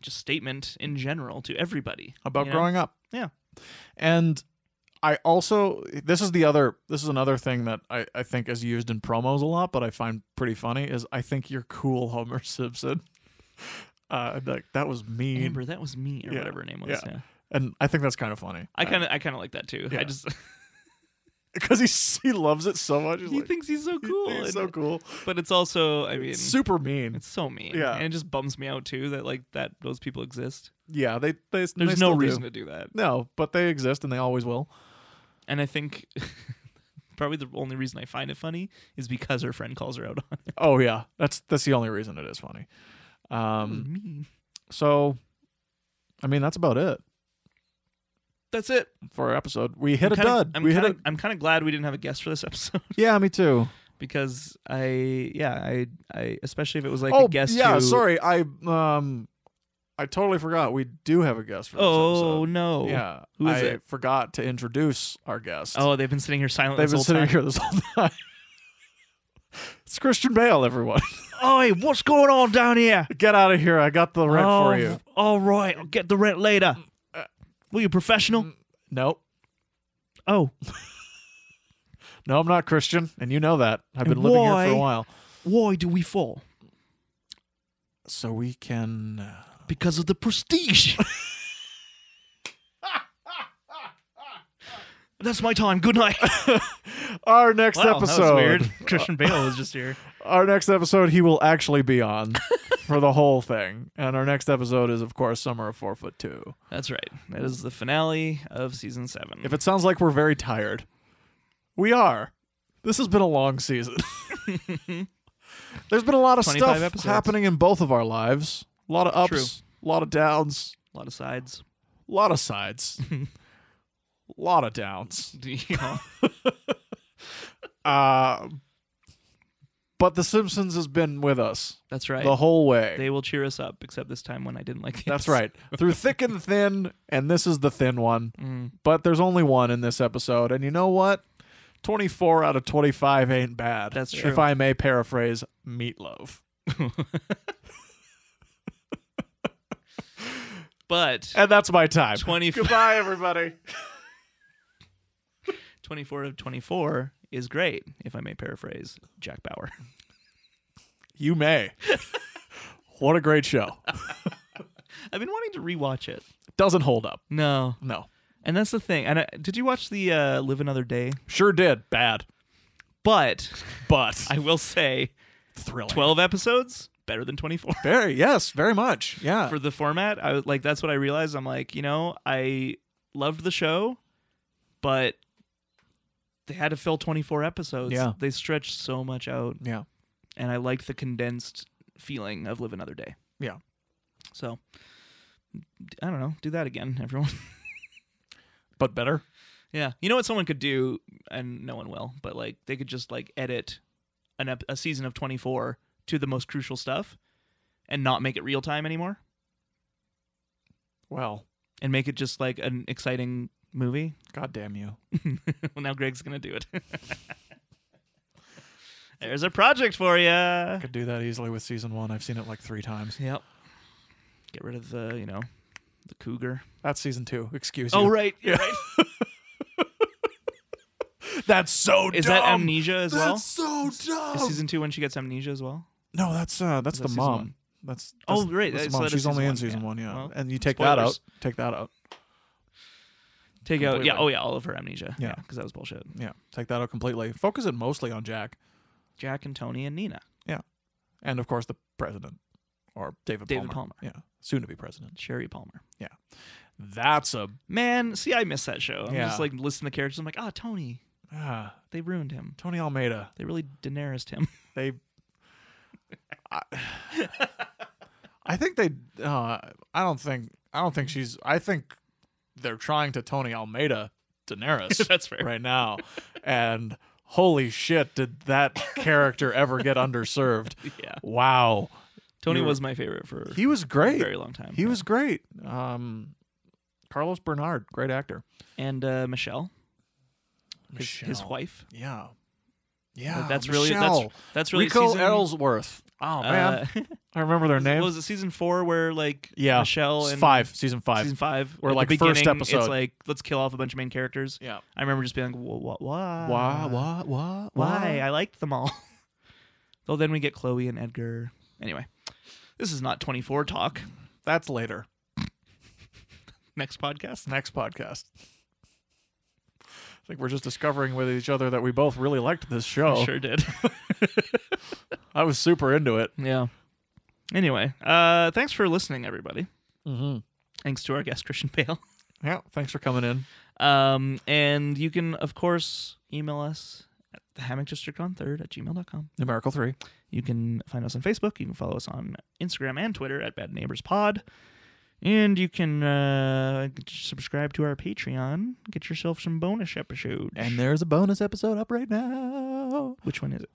just statement in general to everybody about you know? growing up. Yeah. And I also this is the other this is another thing that I, I think is used in promos a lot, but I find pretty funny is I think you're cool, Homer Simpson. Uh, like that was mean, Amber, that was me or Yeah, whatever her name was. yeah. Yeah. and I think that's kind of funny. I kind of I kind of like that too. Yeah. I just because he s- he loves it so much. He's he like, thinks he's so "You cool, think it's and- so cool, but it's also I mean super mean. it's so mean. Yeah. and it just bums me out too that like that those people exist. yeah, they they they There's still no do. reason to do that. No, but they exist and they always will. And I think probably the only reason I find it funny is because her friend calls her out on it. Oh yeah, that's that's the only reason it is funny. Um, mean. so, I mean that's about it. That's it. for our episode. We hit kinda, a dud. I'm we kinda, hit I'm kind of glad we didn't have a guest for this episode a yeah. Me too. because I yeah I I especially if it was like oh a guest. yeah. who- Sorry, I um, I totally forgot. We do have a guest for this Oh episode. no. yeah. Who is I it? forgot to introduce our guest. Oh, they've been sitting here silent. they've this been whole sitting time. here this whole time. it's Christian Bale, everyone. Oi, what's going on down here? Oh, Get out of here. I got the rent for you. Uh, All right, I'll get the rent later. Were you mm. professional? Nope. Oh, No, I'm not Christian, and you know that. I've been And living here for why- a while, why do we fall? so we can. uh, Because of the prestige. That's my time. Good night. Our next episode. Christian Bale was just here. our next episode he will actually be on for the whole thing and our next episode is of course summer of four foot two That's right. That is the finale of season seven. if it sounds like we're very tired we are this has been a long season there's been a lot of 25 stuff episodes. happening in both of our lives a lot of ups a lot of downs a lot of sides. a lot of sides a lot of downs uh, but the simpsons has been with us That's right. the whole way they will cheer us up, except this time when I didn't like the That's episode. right. Through thick and thin, and this is the thin one. Mm. But there's only one in this episode, and you know what? 24 out of 25 ain't bad. That's If true. I may paraphrase Meatloaf. But And that's my time. 20 Goodbye, everybody. 24 of 24 is great, if I may paraphrase Jack Bauer. You may. what a great show. I've been wanting to rewatch it. Doesn't hold up. No. No. And that's the thing. And I, did you watch the uh, Live Another Day? Sure did. Bad. But But I will say thrilling. 12 episodes better than 24. Very, yes, very much. Yeah. For the format, I was like that's what I realized. I'm like, you know, I loved the show, but they had to fill 24 episodes. Yeah. They stretched so much out yeah. and I liked the condensed feeling of Live Another Day. Yeah. So I don't know, do that again, everyone. But better. Yeah, you know what someone could do, and no one will, but like they could just like edit an ep- a season of twenty four to the most crucial stuff, and not make it real time anymore, Well, and make it just like an exciting movie. God damn you. well, now Greg's gonna do it. There's a project for you. Could do that easily with season one. I've seen it like three times. Yep. Get rid of the you know the cougar. That's season two. Excuse Oh you. right, you're right. That's so Is dumb. that amnesia as well? That's so dumb. Is season two when she gets amnesia as well? no, that's uh, that's Is the that season mom. one? That's, Oh, that's- right, that's so the mom. that is She's only season in one, season yeah. one, yeah. Well, and you take that out. spoilers. Take that out. Take out yeah, Completely. oh yeah, all of her amnesia. Yeah. Yeah, because that was bullshit. Yeah, take that out completely. Focus it mostly on Jack, Jack and Tony and Nina. and of course the president, or David. David Palmer. Palmer. Yeah, soon to be president. Sherry Palmer. That's a Man, see, I miss that show. I'm Yeah. just like listening to characters. I'm like, ah, Tony. ah, They ruined him. Tony Almeida. They really Daenerys him. They. I, I think they. Uh, I don't think. I don't think she's. I think they're trying to Tony Almeida Daenerys. That's fair. right now. And holy shit, did that character ever get underserved? Yeah. Wow. Tony You were- was my favorite for He was a great. very long time. He yeah. was great. Um, Carlos Bernard, great actor. and uh, Michelle, his, his Michelle. wife. Yeah. Yeah. that's really that's Michelle. that's really Rico season, Ellsworth. Oh man, uh, I remember their what names. was it season four where like Yeah, Michelle and five, season five. season five Or, at the like, first beginning, episode. It's like let's kill off a bunch of main characters. yeah. I remember just being like, what, why, Why? Why? Why? Uh, why? I liked them all. Though then we get Chloe and Edgar. Anyway, this is not twenty four talk. That's later. Next podcast. Next podcast. I think we're just discovering with each other that we both really liked this show. Sure did. I was super into it. yeah. Anyway, uh, thanks for listening, everybody. Mm-hmm. Thanks to our guest Christian Pale. Yeah. Thanks for coming in. Um, and you can, of course, email us at the hammock district on third at gmail.com. Numerical three. You can find us on Facebook. You can follow us on Instagram and Twitter at Bad Neighbors Pod. And you can uh, subscribe to our Patreon. Get yourself some bonus episodes. And there's a bonus episode up right now. Which one is it?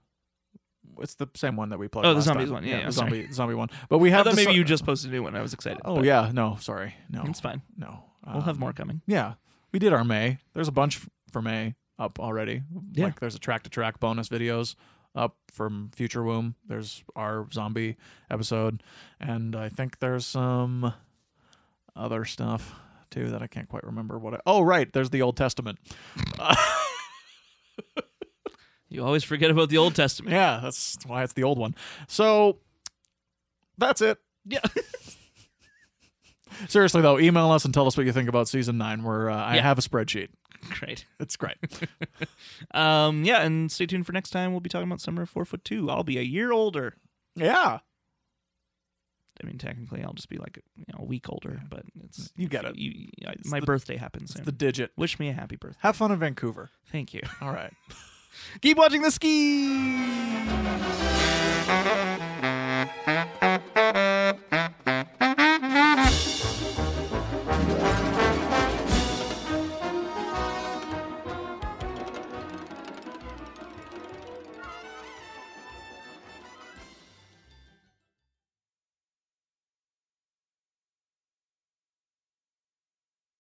It's the same one that we played. Oh, the last zombies time. one. Yeah, yeah, the sorry. zombie, zombie one. But we I have thought the maybe so- you just posted a new one. I was excited. Oh but yeah, no, sorry, no, It's fine. no. We'll have Um, more coming. Yeah, we did our May. There's a bunch f- for May up already. Yeah. Like there's a track to track bonus videos up from Future Womb. There's our zombie episode, and I think there's some other stuff too that I can't quite remember what. I, oh right, there's the Old Testament. You always forget about the Old Testament. Yeah, that's why it's the old one. So that's it. Yeah. Seriously though, email us and tell us what you think about season nine. Where uh, I Yeah. have a spreadsheet. Great. It's great. Um, yeah, and stay tuned for next time. We'll be talking about Summer of Four Foot Two. I'll be a year older. yeah. I mean, technically, I'll just be like you know, a week older, but it's You get it. You, I, my the- birthday happens soon. The digit. Wish me a happy birthday. Have fun in Vancouver. Thank you. All right. Keep watching the ski.